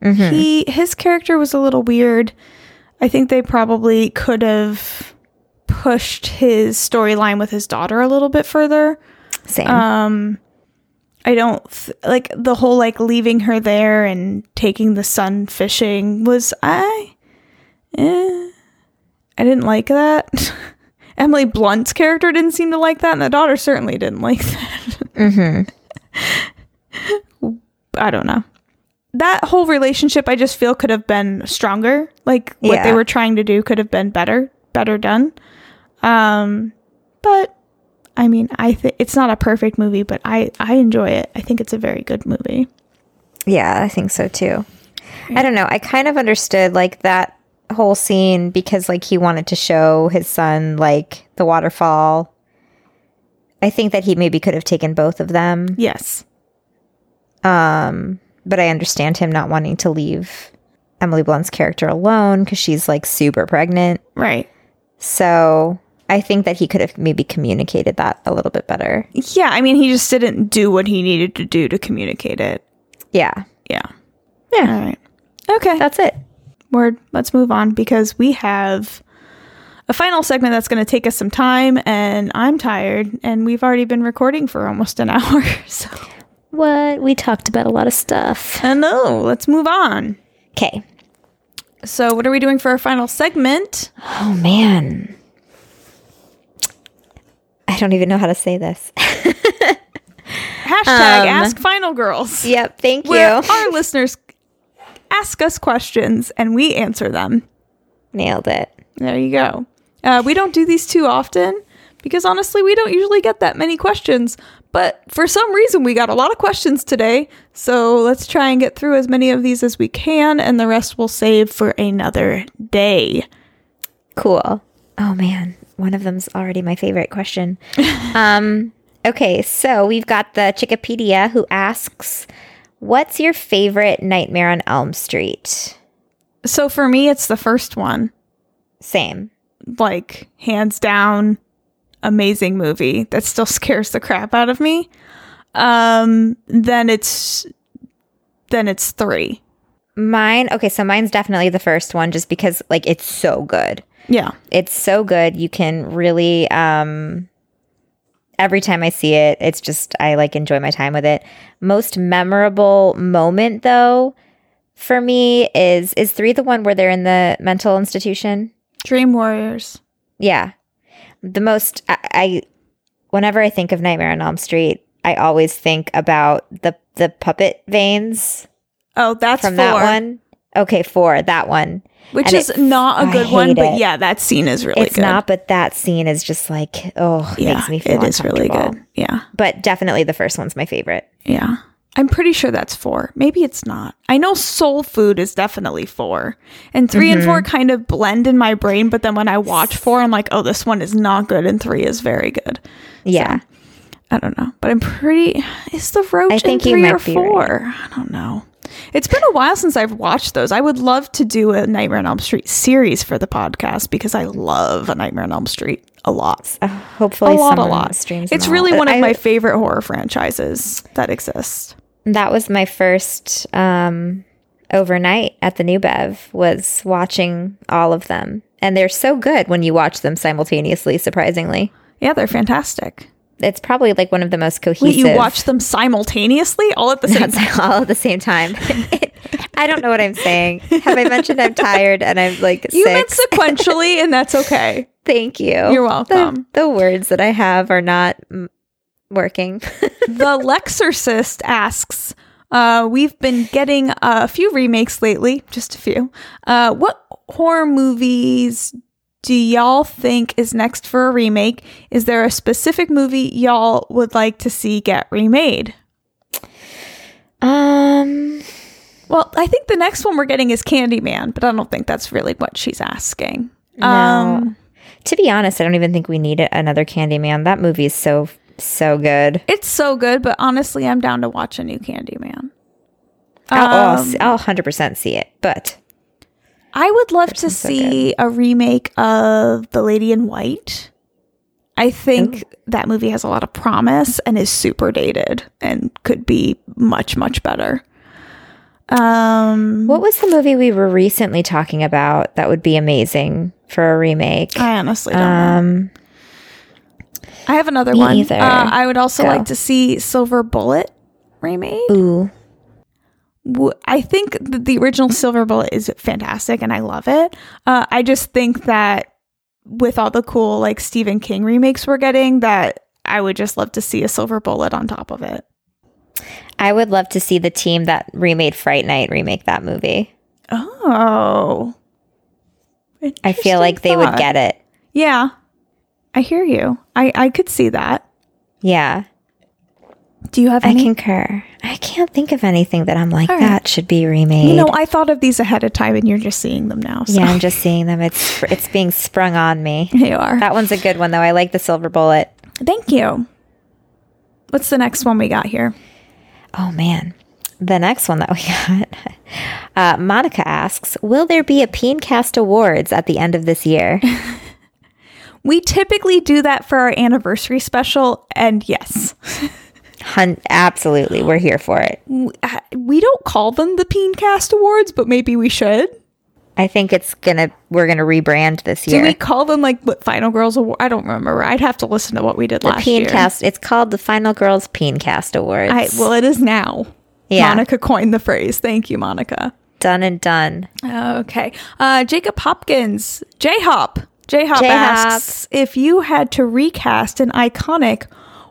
[SPEAKER 4] He his character was a little weird. I think they probably could have pushed his storyline with his daughter a little bit further.
[SPEAKER 1] Same.
[SPEAKER 4] Um, I don't th- like the whole like leaving her there and taking the sun fishing was I eh, I didn't like that. [LAUGHS] Emily Blunt's character didn't seem to like that and the daughter certainly didn't like [LAUGHS] that. I don't know. That whole relationship I just feel could have been stronger. Like what
[SPEAKER 1] Yeah.
[SPEAKER 4] they were trying to do could have been better, better done. Um but I mean, I think it's not a perfect movie, but I I enjoy it. I think it's a very good movie.
[SPEAKER 1] Yeah, I think so too. I don't know. I kind of understood like that whole scene because like he wanted to show his son like the waterfall. I think that he maybe could have taken both of them,
[SPEAKER 4] Yes.
[SPEAKER 1] but I understand him not wanting to leave Emily Blunt's character alone because she's like super pregnant.
[SPEAKER 4] Right.
[SPEAKER 1] So I think that he could have maybe communicated that a little bit better.
[SPEAKER 4] Yeah, I mean, he just didn't do what he needed to do to communicate it.
[SPEAKER 1] Yeah.
[SPEAKER 4] Yeah.
[SPEAKER 1] Yeah,
[SPEAKER 4] All right. Okay.
[SPEAKER 1] that's it.
[SPEAKER 4] Word. Let's move on because we have a final segment that's going to take us some time, and I'm tired, and we've already been recording for almost an [LAUGHS] hour. So
[SPEAKER 1] What? We talked about a lot of stuff.
[SPEAKER 4] I know. Let's move on.
[SPEAKER 1] Okay.
[SPEAKER 4] So, what are we doing for our final segment?
[SPEAKER 1] Oh, man. I don't even know how to say this. [LAUGHS]
[SPEAKER 4] Hashtag ask final girls.
[SPEAKER 1] yep. Thank you.
[SPEAKER 4] Where our listeners ask us questions and we answer them.
[SPEAKER 1] Nailed it.
[SPEAKER 4] There you go. Uh, we don't do these too often because honestly, we don't usually get that many questions. But for some reason, we got a lot of questions today. So let's try and get through as many of these as we can, and the rest we'll save for another day.
[SPEAKER 1] Cool. Oh man, one of them's already my favorite [LAUGHS] question. um, okay, so we've got the Chickapedia who asks, "What's your favorite Nightmare on Elm Street?"
[SPEAKER 4] So for me, it's the first one.
[SPEAKER 1] Same.
[SPEAKER 4] like hands down amazing movie that still [LAUGHS] scares the crap out of me um then it's then it's three
[SPEAKER 1] Mine. Okay, so mine's definitely the first one, just because like it's so good.
[SPEAKER 4] yeah
[SPEAKER 1] It's so good. You can really. Um, every time I see it, it's just I like enjoy my time with it. Most memorable moment though. For me, is is three the one where they're in the mental institution?
[SPEAKER 4] dream warriors
[SPEAKER 1] Yeah. The most I, I whenever I think of Nightmare on Elm Street, I always think about the the puppet veins
[SPEAKER 4] oh that's
[SPEAKER 1] from
[SPEAKER 4] four
[SPEAKER 1] that one. Okay, four, that one.
[SPEAKER 4] which
[SPEAKER 1] and
[SPEAKER 4] is
[SPEAKER 1] it's-
[SPEAKER 4] not a
[SPEAKER 1] I
[SPEAKER 4] good one
[SPEAKER 1] hate
[SPEAKER 4] but
[SPEAKER 1] it.
[SPEAKER 4] yeah that scene is really
[SPEAKER 1] it's
[SPEAKER 4] good
[SPEAKER 1] not, but that scene is just like, oh, it
[SPEAKER 4] yeah
[SPEAKER 1] makes me feel
[SPEAKER 4] it is really
[SPEAKER 1] uncomfortable.
[SPEAKER 4] good yeah
[SPEAKER 1] But definitely the first one's my favorite.
[SPEAKER 4] yeah i'm pretty sure that's four maybe it's not i know soul food is definitely four and 3 and
[SPEAKER 1] Mm-hmm.
[SPEAKER 4] four kind of blend in my brain but then when i watch four i'm like oh this one is not good and three is very good
[SPEAKER 1] Yeah.
[SPEAKER 4] I don't know, but I'm pretty. Is the roach
[SPEAKER 1] I think
[SPEAKER 4] in
[SPEAKER 1] you
[SPEAKER 4] three
[SPEAKER 1] might
[SPEAKER 4] or
[SPEAKER 1] be
[SPEAKER 4] four? I don't know. It's been a while since I've watched those. I would love to do a Nightmare on Elm Street series for the podcast because I love a Nightmare on Elm Street a lot,
[SPEAKER 1] Uh,
[SPEAKER 4] a
[SPEAKER 1] hopefully
[SPEAKER 4] lot, a
[SPEAKER 1] someone
[SPEAKER 4] lot.
[SPEAKER 1] streams
[SPEAKER 4] It's
[SPEAKER 1] them
[SPEAKER 4] really
[SPEAKER 1] all.
[SPEAKER 4] one of
[SPEAKER 1] I-
[SPEAKER 4] my favorite horror franchises that exist.
[SPEAKER 1] that was my first um overnight at the new bev was watching all of them and they're so good when you watch them simultaneously surprisingly
[SPEAKER 4] Yeah, they're fantastic.
[SPEAKER 1] it's probably like one of the most
[SPEAKER 4] Wait,
[SPEAKER 1] cohesive
[SPEAKER 4] you watch them simultaneously, all at the same
[SPEAKER 1] It's like [LAUGHS] all at the same time i don't know what i'm saying have i mentioned i'm tired and i'm like
[SPEAKER 4] [LAUGHS] You
[SPEAKER 1] sick
[SPEAKER 4] meant sequentially, and that's okay.
[SPEAKER 1] thank you
[SPEAKER 4] You're
[SPEAKER 1] The-
[SPEAKER 4] welcome.
[SPEAKER 1] the, words that i have are not mm, working [LAUGHS]
[SPEAKER 4] the Lexorcist asks, uh, we've been getting a few remakes lately, just a few. Uh, what horror movies do y'all think is next for a remake? Is there a specific movie y'all would like to see get remade?
[SPEAKER 1] um
[SPEAKER 4] Well, I think the next one we're getting is Candyman, but I don't think that's really what she's asking. Um,
[SPEAKER 1] No. to be honest i don't even think we need a- another candyman that movie is so so good
[SPEAKER 4] it's so good, but honestly, I'm down to watch a new Candyman.
[SPEAKER 1] I'll,
[SPEAKER 4] Um,
[SPEAKER 1] oh, I'll, I'll 100% see it. But
[SPEAKER 4] I would love to
[SPEAKER 1] one's so good.
[SPEAKER 4] see a remake of The Lady in White. I think that movie has a lot of promise and is super dated and could be much much better. Um
[SPEAKER 1] what was the movie we were recently talking about that would be amazing for a remake?
[SPEAKER 4] I honestly don't know.
[SPEAKER 1] Um,
[SPEAKER 4] I have another
[SPEAKER 1] me
[SPEAKER 4] one.
[SPEAKER 1] either.
[SPEAKER 4] Uh, I would also
[SPEAKER 1] Go.
[SPEAKER 4] like to see Silver Bullet remade.
[SPEAKER 1] ooh,
[SPEAKER 4] w- I think that the original Silver Bullet is fantastic and I love it. Uh, I just think that with all the cool like Stephen King remakes we're getting, that I would just love to see a Silver Bullet on top of it.
[SPEAKER 1] I would love to see the team that remade Fright Night remake that movie.
[SPEAKER 4] Oh,
[SPEAKER 1] I feel like they would get it.
[SPEAKER 4] Yeah, I hear you. I I could see that.
[SPEAKER 1] Yeah,
[SPEAKER 4] Do you have
[SPEAKER 1] I
[SPEAKER 4] any?
[SPEAKER 1] concur. I can't think of anything that I'm like
[SPEAKER 4] All right.
[SPEAKER 1] that should be remade.
[SPEAKER 4] you know, I thought of these ahead of time, and you're just seeing them now. So.
[SPEAKER 1] yeah, I'm just seeing them. It's it's being sprung on me.
[SPEAKER 4] [LAUGHS] here you are.
[SPEAKER 1] That one's a good one though. I like the silver bullet.
[SPEAKER 4] Thank you. What's the next one we got here?
[SPEAKER 1] Oh man. The next one that we [LAUGHS] got. Uh, Monica asks Will there be a Peencast Awards at the end of this
[SPEAKER 4] [LAUGHS]
[SPEAKER 1] year?
[SPEAKER 4] We typically do that for our anniversary special, and yes,
[SPEAKER 1] Hun- absolutely. We're here for it.
[SPEAKER 4] Uh, We don't call them the Peencast Awards, but maybe we should.
[SPEAKER 1] I think it's gonna. We're gonna rebrand this
[SPEAKER 4] Do
[SPEAKER 1] year.
[SPEAKER 4] we call them like what, Final Girls Award? I don't remember. I'd have to listen to what we did
[SPEAKER 1] the
[SPEAKER 4] last year.
[SPEAKER 1] Peencast. It's called the Final Girls Peencast Awards.
[SPEAKER 4] I, well, it is now.
[SPEAKER 1] Yeah.
[SPEAKER 4] Monica coined the phrase. Thank you, Monica.
[SPEAKER 1] done and done.
[SPEAKER 4] Okay. Uh, Jacob Hopkins, J Hop. J Hop
[SPEAKER 1] J-Hop.
[SPEAKER 4] asks if you had to recast an iconic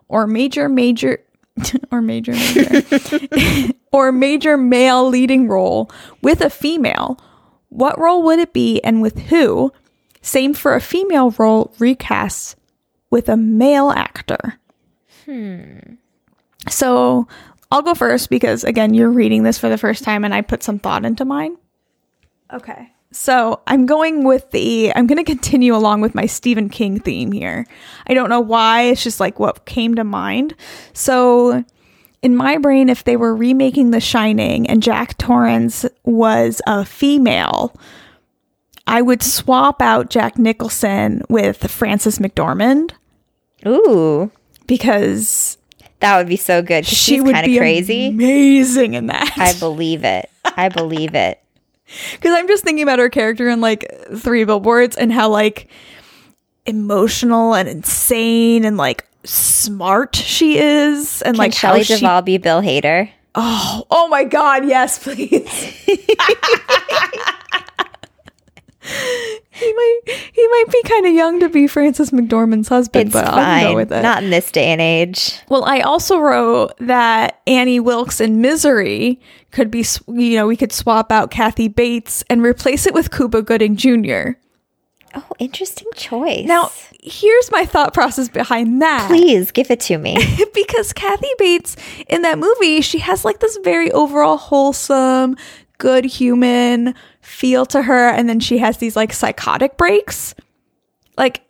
[SPEAKER 4] or major, major, [LAUGHS] or major, major, [LAUGHS] or major male leading role with a female, what role would it be and with who? Same for a female role recast with a male actor. Hmm. So I'll go first because, again, you're reading this for the first time and I put some thought into mine. Okay. So I'm going with the, I'm going to continue along with my Stephen King theme here. I don't know why. It's just like what came to mind. So in my brain, if they were remaking The Shining and Jack Torrance was a female, I would swap out Jack Nicholson with Frances McDormand
[SPEAKER 1] Ooh,
[SPEAKER 4] because
[SPEAKER 1] that would be so good. 'cause
[SPEAKER 4] she
[SPEAKER 1] she's
[SPEAKER 4] would
[SPEAKER 1] kind
[SPEAKER 4] be
[SPEAKER 1] of crazy.
[SPEAKER 4] amazing in that.
[SPEAKER 1] I believe it. I believe it.
[SPEAKER 4] because I'm just thinking about her character in like Three Billboards and how like emotional and insane and like smart she is, and [LAUGHS] like
[SPEAKER 1] Can Shelley
[SPEAKER 4] how she.
[SPEAKER 1] Duvall be Bill Hader?
[SPEAKER 4] oh, oh my God! Yes, please. he might he might be kind of young to be Francis McDormand's husband,
[SPEAKER 1] It's
[SPEAKER 4] but
[SPEAKER 1] fine.
[SPEAKER 4] I'll go with it.
[SPEAKER 1] Not in this day and age.
[SPEAKER 4] Well, I also wrote that Annie Wilkes in Misery could be, s- you know, we could swap out Kathy Bates and replace it with Cuba Gooding Jr.
[SPEAKER 1] Oh, interesting choice.
[SPEAKER 4] Now, here's my thought process behind that.
[SPEAKER 1] please give it to [LAUGHS] me.
[SPEAKER 4] [LAUGHS] because Kathy Bates in that movie, she has like this very overall wholesome, good human feel to her. And then she has these like psychotic breaks. Like,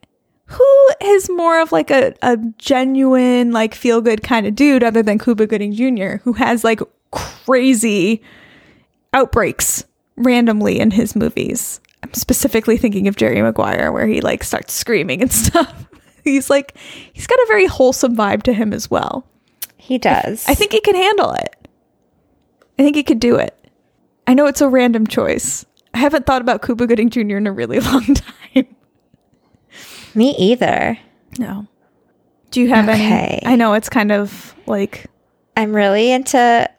[SPEAKER 4] who is more of like a, a genuine, like feel good kind of dude other than Cuba Gooding Jr., who has like crazy outbreaks randomly in his movies? I'm specifically thinking of Jerry Maguire, where he like starts screaming and [LAUGHS] stuff. He's like, he's got a very wholesome vibe to him as well.
[SPEAKER 1] He does.
[SPEAKER 4] I think he can handle it. I think he could do it. I know it's a random choice. I haven't thought about Cuba Gooding Jr. in a really [LAUGHS] long time.
[SPEAKER 1] me either.
[SPEAKER 4] No. Do you have
[SPEAKER 1] Okay.
[SPEAKER 4] any? I know it's kind of like
[SPEAKER 1] I'm really into.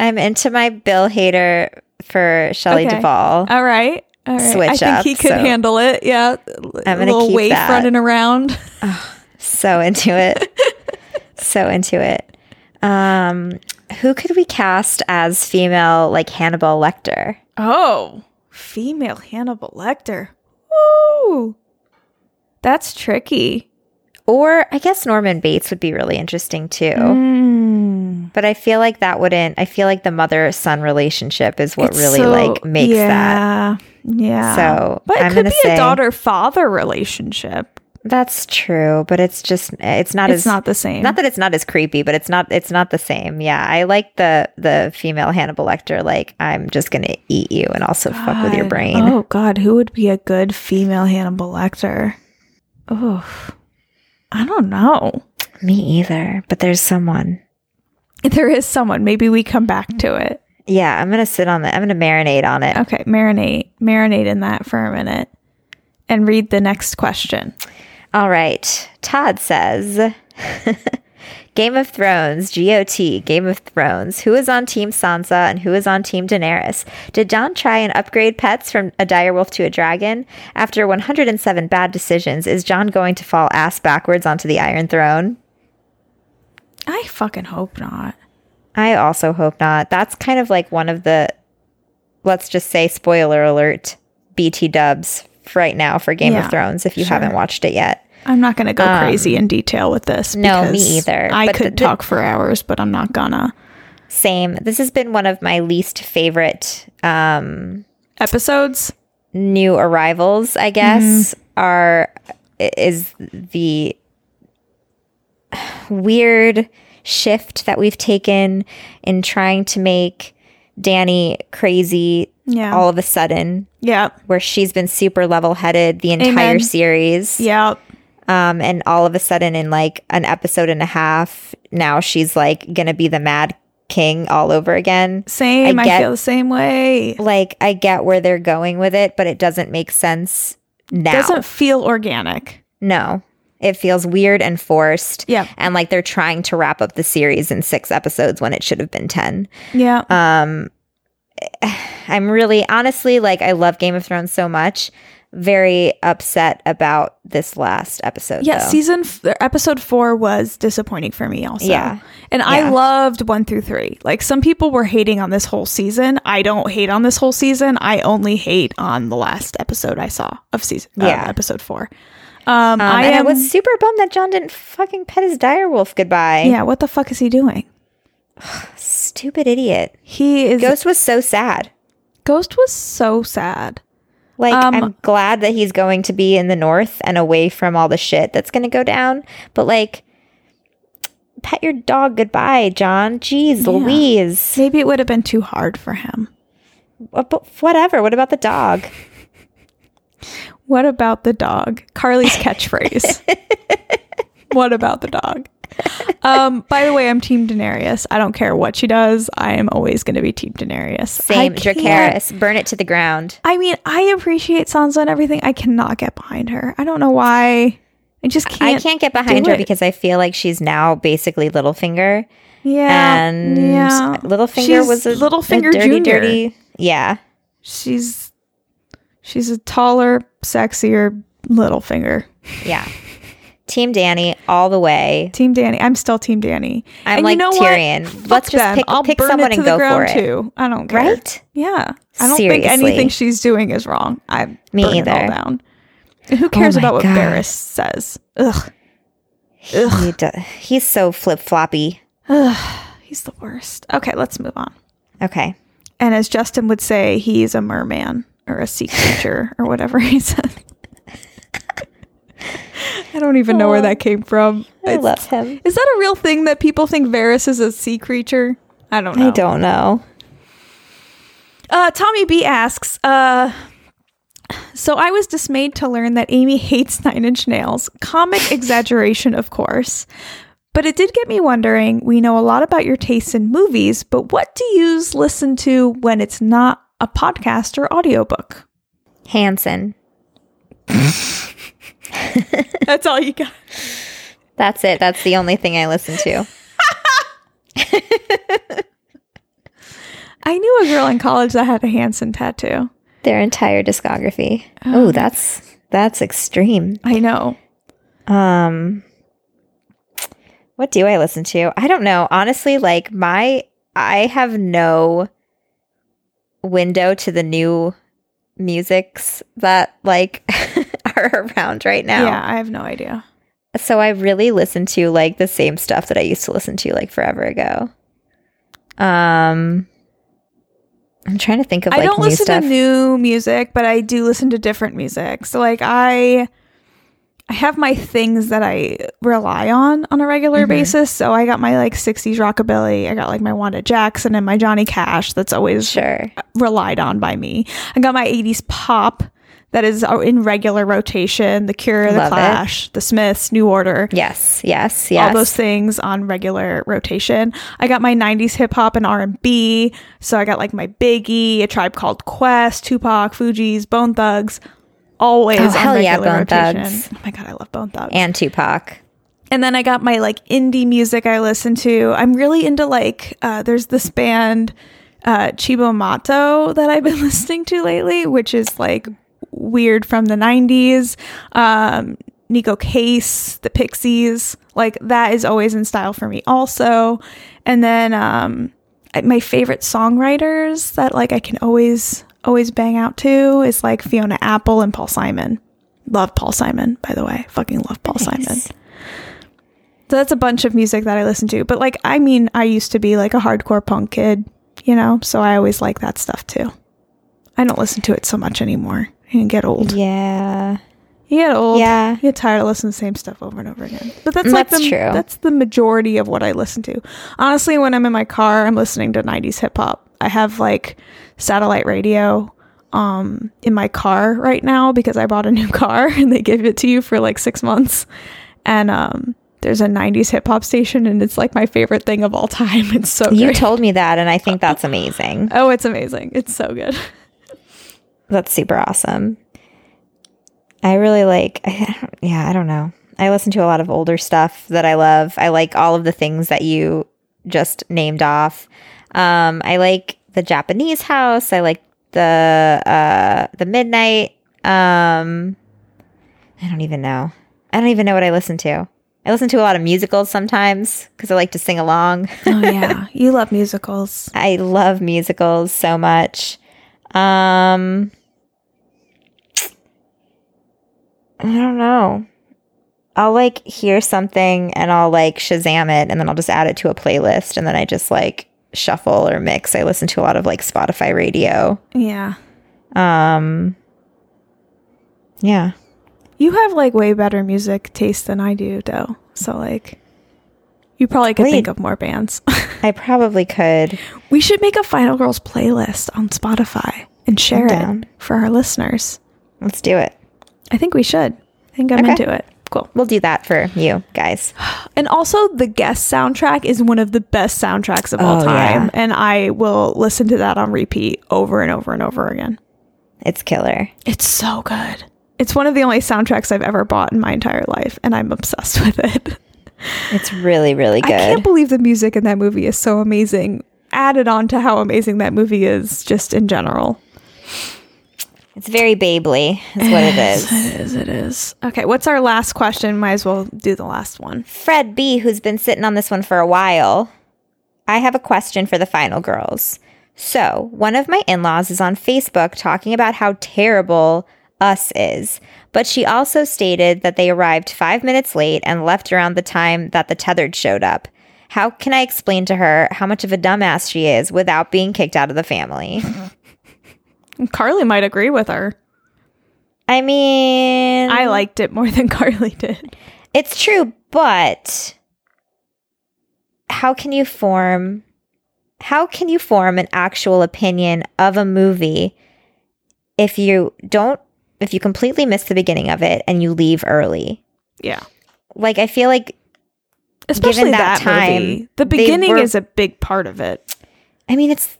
[SPEAKER 1] I'm into my Bill Hader for Shelley
[SPEAKER 4] Okay. Uh,
[SPEAKER 1] Duvall.
[SPEAKER 4] all right, all right.
[SPEAKER 1] Switch
[SPEAKER 4] I think
[SPEAKER 1] up,
[SPEAKER 4] he could
[SPEAKER 1] so-
[SPEAKER 4] handle it. Yeah,
[SPEAKER 1] I'm
[SPEAKER 4] a
[SPEAKER 1] gonna
[SPEAKER 4] little
[SPEAKER 1] keep
[SPEAKER 4] waif
[SPEAKER 1] that.
[SPEAKER 4] running around.
[SPEAKER 1] So into
[SPEAKER 4] [LAUGHS]
[SPEAKER 1] it. so into it. Um, who could we cast as female, like Hannibal Lecter?
[SPEAKER 4] Oh, female Hannibal Lecter. Ooh, that's tricky.
[SPEAKER 1] Or I guess Norman Bates would be really interesting too.
[SPEAKER 4] Mm.
[SPEAKER 1] But I feel like that wouldn't. I feel like the mother son relationship is what
[SPEAKER 4] It's
[SPEAKER 1] really
[SPEAKER 4] so-
[SPEAKER 1] like makes that.
[SPEAKER 4] yeah, Yeah.
[SPEAKER 1] So,
[SPEAKER 4] but it
[SPEAKER 1] Um, I'm
[SPEAKER 4] could
[SPEAKER 1] gonna
[SPEAKER 4] be a
[SPEAKER 1] say-
[SPEAKER 4] daughter father relationship.
[SPEAKER 1] That's true, but it's just it's not
[SPEAKER 4] It's
[SPEAKER 1] as
[SPEAKER 4] not the same.
[SPEAKER 1] not that it's not as creepy, but it's not it's not the same. Yeah, I like the the female Hannibal Lecter. Like I'm just gonna eat you and also fuck with your
[SPEAKER 4] God.
[SPEAKER 1] brain.
[SPEAKER 4] Oh God, who would be a good female Hannibal Lecter? Oh, I don't know. [LAUGHS]
[SPEAKER 1] Me either, but there's someone.
[SPEAKER 4] If There is someone. Maybe we come back to it.
[SPEAKER 1] Yeah, I'm gonna sit on that. I'm gonna marinate on it.
[SPEAKER 4] Okay, marinate, marinate in that for a minute, and read the next question.
[SPEAKER 1] All right. Todd says [LAUGHS] Game of Thrones, GOT, Game of Thrones. Who is on Team Sansa and who is on Team Daenerys? Did John try and upgrade pets from a direwolf to a dragon? After 107 bad decisions, is John going to fall ass backwards onto the Iron Throne?
[SPEAKER 4] I fucking hope not.
[SPEAKER 1] I also hope not. That's kind of like one of the, let's just say, spoiler alert, BT dubs right now for Game
[SPEAKER 4] Yeah,
[SPEAKER 1] of Thrones if you
[SPEAKER 4] sure.
[SPEAKER 1] haven't watched it yet.
[SPEAKER 4] I'm not going to go crazy in detail with this.
[SPEAKER 1] Um, no, me
[SPEAKER 4] because
[SPEAKER 1] either,
[SPEAKER 4] I
[SPEAKER 1] but
[SPEAKER 4] could
[SPEAKER 1] the- the-
[SPEAKER 4] talk for hours, but I'm not gonna.
[SPEAKER 1] Same. This has been one of my least favorite um,
[SPEAKER 4] Episodes.
[SPEAKER 1] new arrivals. I
[SPEAKER 4] Mm-hmm.
[SPEAKER 1] guess are is the weird shift that we've taken in trying to make Danny crazy
[SPEAKER 4] Yeah.
[SPEAKER 1] all of a sudden,
[SPEAKER 4] Yep.
[SPEAKER 1] where she's been super level headed the entire
[SPEAKER 4] Amen.
[SPEAKER 1] series.
[SPEAKER 4] Yep.
[SPEAKER 1] Um, and all of a sudden, in like an episode and a half, now she's like gonna be the mad king all over again.
[SPEAKER 4] Same.
[SPEAKER 1] I
[SPEAKER 4] I,
[SPEAKER 1] get-
[SPEAKER 4] feel the same way.
[SPEAKER 1] Like, I get where they're going with it, but it doesn't make sense now.
[SPEAKER 4] Doesn't feel organic.
[SPEAKER 1] no, it feels weird and forced.
[SPEAKER 4] Yeah.
[SPEAKER 1] And like they're trying to wrap up the series in six episodes when it should have been 10.
[SPEAKER 4] Yeah.
[SPEAKER 1] Um, I'm really honestly like I love Game of Thrones so much. Very upset about this last episode.
[SPEAKER 4] yeah.
[SPEAKER 1] though.
[SPEAKER 4] Season f- er, episode four was disappointing for me also.
[SPEAKER 1] Yeah.
[SPEAKER 4] And I
[SPEAKER 1] Yeah.
[SPEAKER 4] loved one through three. Like some people were hating on this whole season. I don't hate on this whole season. I only hate on the last episode I saw of season. Yeah.
[SPEAKER 1] Yeah.
[SPEAKER 4] episode four. Um,
[SPEAKER 1] Um,
[SPEAKER 4] I
[SPEAKER 1] and
[SPEAKER 4] am.
[SPEAKER 1] I was super bummed that John didn't fucking pet his direwolf goodbye.
[SPEAKER 4] yeah. What the fuck is he doing?
[SPEAKER 1] Stupid idiot.
[SPEAKER 4] He is. Ghost,
[SPEAKER 1] Ghost was so sad.
[SPEAKER 4] was so sad.
[SPEAKER 1] Like
[SPEAKER 4] Um,
[SPEAKER 1] I'm glad that he's going to be in the north and away from all the shit that's going to go down, but like pet your dog goodbye, John. Jeez, Louise.
[SPEAKER 4] Maybe it would have been too hard for him.
[SPEAKER 1] Uh, but Whatever. What about the dog?
[SPEAKER 4] What about the dog? Carly's
[SPEAKER 1] [LAUGHS]
[SPEAKER 4] catchphrase. what about the dog? Um, by the way, I'm Team Daenerys. I don't care what she does. I am always going to be Team Daenerys.
[SPEAKER 1] Same
[SPEAKER 4] I can't-
[SPEAKER 1] Dracarys. Burn it to the ground.
[SPEAKER 4] I mean, I appreciate Sansa and everything. I cannot get behind her. I don't know why. I just
[SPEAKER 1] I
[SPEAKER 4] can't.
[SPEAKER 1] can't get behind her
[SPEAKER 4] it.
[SPEAKER 1] because I feel like she's now basically Littlefinger,
[SPEAKER 4] Yeah.
[SPEAKER 1] and
[SPEAKER 4] yeah.
[SPEAKER 1] Littlefinger
[SPEAKER 4] She's
[SPEAKER 1] was a
[SPEAKER 4] Littlefinger
[SPEAKER 1] a dirty,
[SPEAKER 4] Jr..
[SPEAKER 1] dirty. Yeah,
[SPEAKER 4] She's she's a taller, sexier Littlefinger.
[SPEAKER 1] yeah. Team Danny all the way.
[SPEAKER 4] Team Danny. I'm still Team Danny.
[SPEAKER 1] I'm
[SPEAKER 4] and
[SPEAKER 1] like
[SPEAKER 4] you know
[SPEAKER 1] Tyrion.
[SPEAKER 4] What?
[SPEAKER 1] Let's
[SPEAKER 4] Fuck
[SPEAKER 1] just
[SPEAKER 4] them.
[SPEAKER 1] pick-
[SPEAKER 4] I'll
[SPEAKER 1] pick
[SPEAKER 4] burn
[SPEAKER 1] someone
[SPEAKER 4] it to
[SPEAKER 1] and
[SPEAKER 4] the
[SPEAKER 1] go
[SPEAKER 4] ground
[SPEAKER 1] for it.
[SPEAKER 4] too. I don't care.
[SPEAKER 1] Right?
[SPEAKER 4] Yeah. I don't
[SPEAKER 1] Seriously.
[SPEAKER 4] think anything she's doing is wrong. I
[SPEAKER 1] Me
[SPEAKER 4] burn it all
[SPEAKER 1] either. Oh
[SPEAKER 4] down. And who cares
[SPEAKER 1] my
[SPEAKER 4] about what
[SPEAKER 1] God.
[SPEAKER 4] Barris says? Ugh.
[SPEAKER 1] He do- he's so flip floppy.
[SPEAKER 4] Ugh. He's the worst. Okay, let's move on.
[SPEAKER 1] Okay.
[SPEAKER 4] And as Justin would say, he's a merman or
[SPEAKER 1] [LAUGHS]
[SPEAKER 4] a sea creature or whatever he said. [LAUGHS] I don't even know where that came from.
[SPEAKER 1] I
[SPEAKER 4] It's-
[SPEAKER 1] love him.
[SPEAKER 4] Is that a real thing that people think Varys is a sea creature? I don't know.
[SPEAKER 1] I don't know.
[SPEAKER 4] Uh, Tommy B asks, uh, so I was dismayed to learn that Amy [LAUGHS] hates Nine Inch Nails. Comic [LAUGHS] exaggeration, of course. But it did get me wondering. We know a lot about your tastes in movies, but what do you listen to when it's not a podcast or audiobook?
[SPEAKER 1] Hanson.
[SPEAKER 4] [LAUGHS] That's all you got.
[SPEAKER 1] That's it. That's the only thing I listen to.
[SPEAKER 4] I knew a girl in college that had a Hanson tattoo.
[SPEAKER 1] [LAUGHS] Their entire discography. Oh, that's that's extreme.
[SPEAKER 4] I know.
[SPEAKER 1] Um, what do I listen to? I don't know. Honestly, like my, I have no window to the new musics that like [LAUGHS] are around right now.
[SPEAKER 4] Yeah, I have no idea.
[SPEAKER 1] So I really listen to like the same stuff that I used to listen to like forever ago. Um, I'm trying to think of like
[SPEAKER 4] I don't
[SPEAKER 1] new
[SPEAKER 4] listen
[SPEAKER 1] stuff.
[SPEAKER 4] to new music, but I do listen to different music. So like I I have my things that I rely on on a regular
[SPEAKER 1] Mhm.
[SPEAKER 4] basis. So I got my like 60s rockabilly, I got like my Wanda Jackson and my Johnny Cash that's always
[SPEAKER 1] sure.
[SPEAKER 4] relied on by me. I got my 80s pop that is uh, in regular rotation, The Cure, The
[SPEAKER 1] Love it.
[SPEAKER 4] Clash, The Smiths, New Order.
[SPEAKER 1] Yes. Yes. Yes.
[SPEAKER 4] All those things on regular rotation. I got my 90s hip hop and R&B, so I got like my Biggie, a tribe called Quest, Tupac, Fugees, Bone Thugs, always
[SPEAKER 1] Oh,
[SPEAKER 4] on
[SPEAKER 1] hell yeah,
[SPEAKER 4] regular
[SPEAKER 1] Bone
[SPEAKER 4] rotation.
[SPEAKER 1] Thugs.
[SPEAKER 4] Oh my god, I love Bone Thugs.
[SPEAKER 1] and Tupac.
[SPEAKER 4] And then I got my like indie music I listen to. I'm really into like uh, there's this band uh Chibo Mato that I've been [LAUGHS] listening to lately, which is like weird from the 90s. Um Nico Case, the Pixies, like that is always in style for me also. And then um I- my favorite songwriters that like I can always always bang out to is like Fiona Apple and Paul Simon. Love Paul Simon, by the way. Fucking love Paul Simon. So that's a bunch of music that I listen to. But like, I mean, I used to be like a hardcore punk kid, you know, so I always like that stuff too. I don't listen to it so much anymore. You get old.
[SPEAKER 1] Yeah.
[SPEAKER 4] You get old.
[SPEAKER 1] Yeah.
[SPEAKER 4] You get tired of listening to the same stuff over and over again. But that's
[SPEAKER 1] Mm,
[SPEAKER 4] like
[SPEAKER 1] that's
[SPEAKER 4] the,
[SPEAKER 1] true.
[SPEAKER 4] That's the majority of what I listen to. Honestly, when I'm in my car, I'm listening to 90s hip hop. I have like satellite radio um, in my car right now because I bought a new [LAUGHS] car and they give it to you for like six months. And um, there's a 90s hip hop station and it's like my favorite thing of all time. [LAUGHS] It's so
[SPEAKER 1] You
[SPEAKER 4] great.
[SPEAKER 1] told me that, and I think that's amazing.
[SPEAKER 4] oh, it's amazing. It's so good.
[SPEAKER 1] That's super awesome. I really like, I don't, yeah, I don't know. I listen to a lot of older stuff that I love. I like all of the things that you just named off. Um, I like the Japanese house. I like the uh, the midnight. Um, I don't even know. I don't even know what I listen to. I listen to a lot of musicals sometimes because I like to sing along.
[SPEAKER 4] Oh, [LAUGHS] yeah. you love musicals.
[SPEAKER 1] I love musicals so much. Um I don't know. I'll like hear something and I'll like Shazam it and then I'll just add it to a playlist and then I just like shuffle or mix. I listen to a lot of like Spotify radio.
[SPEAKER 4] Yeah.
[SPEAKER 1] Um Yeah.
[SPEAKER 4] You have like way better music taste than I do, though. So, like, you probably could
[SPEAKER 1] Wait.
[SPEAKER 4] think of more bands. [LAUGHS]
[SPEAKER 1] I probably could.
[SPEAKER 4] we should make a Final Girls playlist on Spotify and share
[SPEAKER 1] down.
[SPEAKER 4] it for our listeners.
[SPEAKER 1] Let's do it.
[SPEAKER 4] I think we should. I think I'm
[SPEAKER 1] Okay.
[SPEAKER 4] into it. Cool.
[SPEAKER 1] We'll do that for you guys.
[SPEAKER 4] And also, the guest soundtrack is one of the best soundtracks of all
[SPEAKER 1] Oh, yeah.
[SPEAKER 4] time. And I will listen to that on repeat over and over and over again.
[SPEAKER 1] It's killer.
[SPEAKER 4] It's so good. It's one of the only soundtracks I've ever bought in my entire life, and I'm obsessed [LAUGHS] with it.
[SPEAKER 1] It's really, really
[SPEAKER 4] I can't
[SPEAKER 1] good.
[SPEAKER 4] believe the music in that movie is so amazing. Added on to how amazing that movie is, just in general.
[SPEAKER 1] It's very Babley, is what
[SPEAKER 4] [SIGHS]
[SPEAKER 1] it is.
[SPEAKER 4] It is. It is. Okay, what's our last question? Might as well do the last one.
[SPEAKER 1] Fred B, who's been sitting on this one for a while, I have a question for the final girls. So, one of my in laws is on Facebook talking about how terrible us is, but she also stated that they arrived five minutes late and left around the time that the tethered showed up. How can I explain to her how much of a dumbass she is without being kicked out of the family? [LAUGHS]
[SPEAKER 4] Carly might agree with her.
[SPEAKER 1] I mean,
[SPEAKER 4] I liked it more [LAUGHS] than Carly did.
[SPEAKER 1] It's true, but how can you form how can you form an actual opinion of a movie if you don't if you completely miss the beginning of it and you leave early?
[SPEAKER 4] Yeah.
[SPEAKER 1] Like I feel like
[SPEAKER 4] Especially
[SPEAKER 1] Given
[SPEAKER 4] that,
[SPEAKER 1] that time,
[SPEAKER 4] movie. The
[SPEAKER 1] they
[SPEAKER 4] beginning
[SPEAKER 1] were-
[SPEAKER 4] is a big part of it.
[SPEAKER 1] I mean it's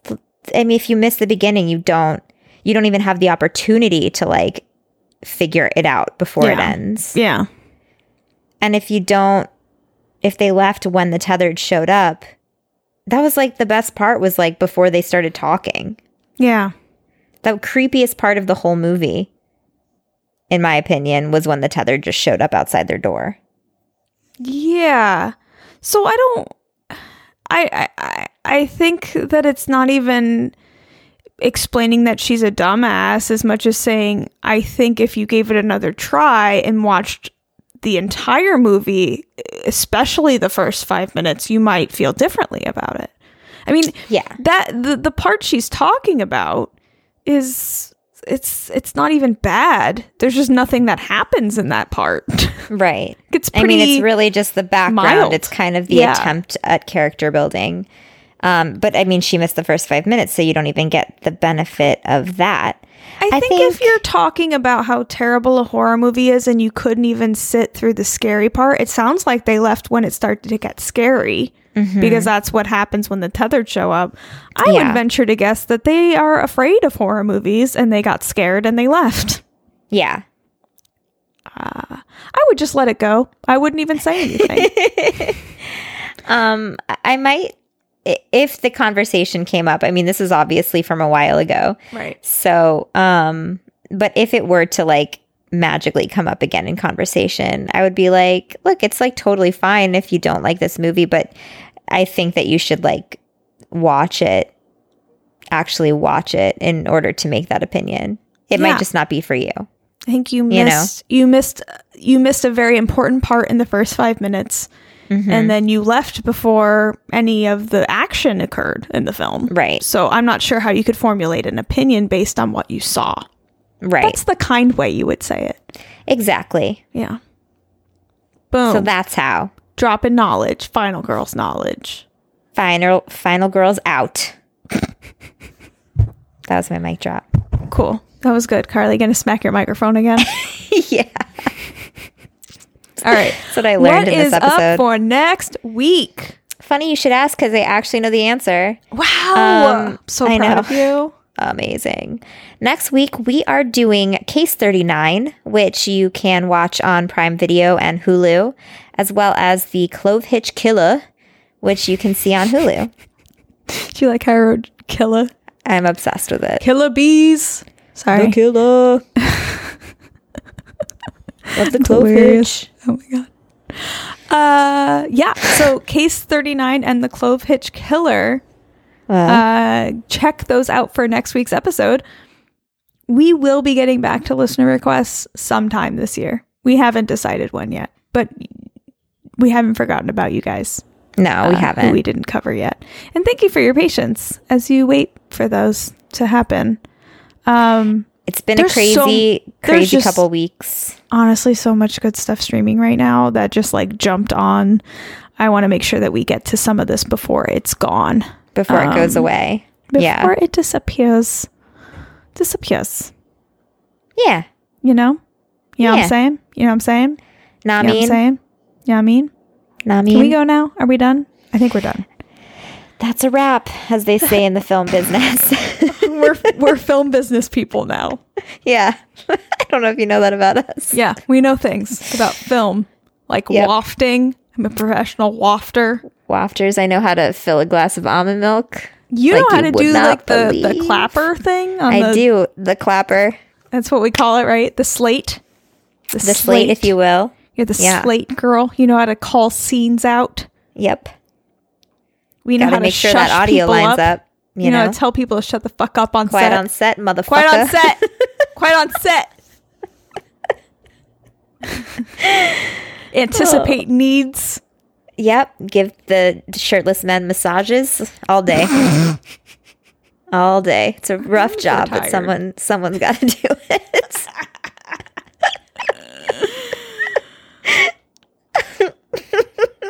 [SPEAKER 1] I mean if you miss the beginning, you don't you don't even have the opportunity to like figure it out before it
[SPEAKER 4] Yeah.
[SPEAKER 1] ends.
[SPEAKER 4] Yeah.
[SPEAKER 1] And if you don't, if they left when the tethered showed up, that was like the best part was like before they started talking.
[SPEAKER 4] Yeah.
[SPEAKER 1] The creepiest part of the whole movie, in my opinion, was when the tethered just showed up outside their door.
[SPEAKER 4] Yeah. So I don't I I- I I think that it's not even explaining that she's a dumbass as much as saying I think if you gave it another try and watched the entire movie, especially the first 5 minutes, you might feel differently about it. I mean,
[SPEAKER 1] Yeah.
[SPEAKER 4] that the, the part she's talking about is it's it's not even bad. There's just nothing that happens in that part. [LAUGHS]
[SPEAKER 1] Right.
[SPEAKER 4] it's
[SPEAKER 1] I
[SPEAKER 4] pretty
[SPEAKER 1] mean, it's really just the background.
[SPEAKER 4] mild.
[SPEAKER 1] It's kind of the
[SPEAKER 4] Yeah.
[SPEAKER 1] attempt at character building. Um, but I mean, she missed the first five minutes, so you don't even get the benefit of that.
[SPEAKER 4] I
[SPEAKER 1] I
[SPEAKER 4] think, if
[SPEAKER 1] think-
[SPEAKER 4] you're talking about how terrible a horror movie is and you couldn't even sit through the scary part, it sounds like they left when it started to get scary because that's what happens when the tethered show up. I would
[SPEAKER 1] Mm-hmm. Yeah.
[SPEAKER 4] venture to guess that they are afraid of horror movies and they got scared and they left.
[SPEAKER 1] Yeah.
[SPEAKER 4] I would just let it go. I wouldn't even say anything.
[SPEAKER 1] [LAUGHS] Um, I- I might, i- if the conversation came up, I mean, this is obviously from a while ago.
[SPEAKER 4] right.
[SPEAKER 1] So, um, but if it were to like magically come up again in conversation, I would be like, look, it's like totally fine if you don't like this movie, but I think that you should like watch it, actually watch it in order to make that opinion. It
[SPEAKER 4] Yeah.
[SPEAKER 1] might just not be for you.
[SPEAKER 4] I think you
[SPEAKER 1] You know.
[SPEAKER 4] missed you, missed you missed a very important part in the first 5 minutes
[SPEAKER 1] Mm-hmm.
[SPEAKER 4] and then you left before any of the action occurred in the film.
[SPEAKER 1] Right.
[SPEAKER 4] So I'm not sure how you could formulate an opinion based on what you saw.
[SPEAKER 1] Right.
[SPEAKER 4] That's the kind way you would say it.
[SPEAKER 1] exactly.
[SPEAKER 4] Yeah. Boom.
[SPEAKER 1] So that's how.
[SPEAKER 4] Drop in knowledge, final girl's knowledge.
[SPEAKER 1] [LAUGHS] Final Final Girls out. that was my mic drop.
[SPEAKER 4] cool. That was good, Carly. Gonna smack your microphone again.
[SPEAKER 1] yeah.
[SPEAKER 4] All right.
[SPEAKER 1] [LAUGHS] That's what [LAUGHS] I learned
[SPEAKER 4] What
[SPEAKER 1] in this
[SPEAKER 4] is up
[SPEAKER 1] episode.
[SPEAKER 4] for next week?
[SPEAKER 1] Funny you should ask because I actually know the answer.
[SPEAKER 4] Wow.
[SPEAKER 1] Um,
[SPEAKER 4] so
[SPEAKER 1] I
[SPEAKER 4] proud
[SPEAKER 1] know. [LAUGHS]
[SPEAKER 4] of you.
[SPEAKER 1] Amazing. Next week, we are doing Case 39, which you can watch on Prime Video and Hulu, as well as The Clove Hitch Killer, which you can
[SPEAKER 4] [LAUGHS]
[SPEAKER 1] see on Hulu.
[SPEAKER 4] Do you like how I wrote killer?
[SPEAKER 1] I'm obsessed with it.
[SPEAKER 4] Killer bees. Sorry.
[SPEAKER 1] killer. of the Clove
[SPEAKER 4] Hilarious.
[SPEAKER 1] Hitch.
[SPEAKER 4] Oh my god. Uh yeah, so case 39 and the clove hitch killer. Uh check those out for next week's episode. We will be getting back to listener requests sometime this year. We haven't decided when yet, but we haven't forgotten about you guys.
[SPEAKER 1] No, we
[SPEAKER 4] uh, who
[SPEAKER 1] haven't.
[SPEAKER 4] We didn't cover yet. And thank you for your patience as you wait for those to happen. Um
[SPEAKER 1] it's been a
[SPEAKER 4] There's so-
[SPEAKER 1] crazy,
[SPEAKER 4] there's
[SPEAKER 1] crazy
[SPEAKER 4] just-
[SPEAKER 1] couple weeks.
[SPEAKER 4] honestly so much good stuff streaming right now that just like jumped on. I want to make sure that we get to some of this before it's gone.
[SPEAKER 1] before it goes
[SPEAKER 4] Um,
[SPEAKER 1] away.
[SPEAKER 4] Before
[SPEAKER 1] Yeah.
[SPEAKER 4] it disappears. Disappears.
[SPEAKER 1] Yeah.
[SPEAKER 4] You know? You know what
[SPEAKER 1] Yeah.
[SPEAKER 4] I'm saying? You know what I'm saying? You know what I'm
[SPEAKER 1] Nami.
[SPEAKER 4] saying? You know what I mean? Can we
[SPEAKER 1] Nami.
[SPEAKER 4] go now? Are we done? I think we're done.
[SPEAKER 1] That's a wrap, as they say in the film business.
[SPEAKER 4] [LAUGHS]
[SPEAKER 1] [LAUGHS]
[SPEAKER 4] we're we're film business people now.
[SPEAKER 1] yeah. [LAUGHS] I don't know if you know that about us.
[SPEAKER 4] Yeah, we know things about film, like
[SPEAKER 1] Yep.
[SPEAKER 4] wafting. I'm a professional wafter.
[SPEAKER 1] Wafters, I know how to fill a glass of almond milk.
[SPEAKER 4] You
[SPEAKER 1] Like
[SPEAKER 4] know how
[SPEAKER 1] you
[SPEAKER 4] to
[SPEAKER 1] would
[SPEAKER 4] do
[SPEAKER 1] not
[SPEAKER 4] like the, the
[SPEAKER 1] believe.
[SPEAKER 4] clapper thing on
[SPEAKER 1] I
[SPEAKER 4] the
[SPEAKER 1] do. The clapper,
[SPEAKER 4] That's what we call it, right? The slate.
[SPEAKER 1] the slate, if you will.
[SPEAKER 4] You're the
[SPEAKER 1] Yeah.
[SPEAKER 4] slate girl. You know how to call scenes out.
[SPEAKER 1] Yep.
[SPEAKER 4] We know
[SPEAKER 1] Gotta
[SPEAKER 4] how
[SPEAKER 1] make
[SPEAKER 4] to
[SPEAKER 1] sure that
[SPEAKER 4] shush
[SPEAKER 1] audio
[SPEAKER 4] people
[SPEAKER 1] lines up.
[SPEAKER 4] You, know, tell people to shut the fuck up on
[SPEAKER 1] quiet
[SPEAKER 4] set.
[SPEAKER 1] on set, motherfucker. [LAUGHS]
[SPEAKER 4] Quiet on set. Quiet on set.
[SPEAKER 1] [LAUGHS]
[SPEAKER 4] Anticipate needs.
[SPEAKER 1] Yep. Give the shirtless men massages all
[SPEAKER 4] [LAUGHS]
[SPEAKER 1] day. all day. It's a rough job, but
[SPEAKER 4] tired.
[SPEAKER 1] someone someone's got to [LAUGHS] do it.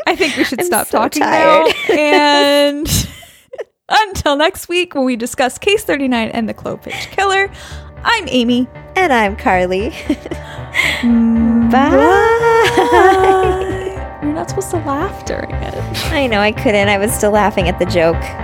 [SPEAKER 4] I think we should stop
[SPEAKER 1] so
[SPEAKER 4] talking
[SPEAKER 1] tired. [LAUGHS]
[SPEAKER 4] now. And [LAUGHS] until next week when we discuss Case 39 and the Clove Pitch Killer, I'm
[SPEAKER 1] [LAUGHS]
[SPEAKER 4] Amy.
[SPEAKER 1] and I'm Carly. Bye. [LAUGHS]
[SPEAKER 4] You're not supposed to laugh during it.
[SPEAKER 1] I know I couldn't. I was still laughing at the joke.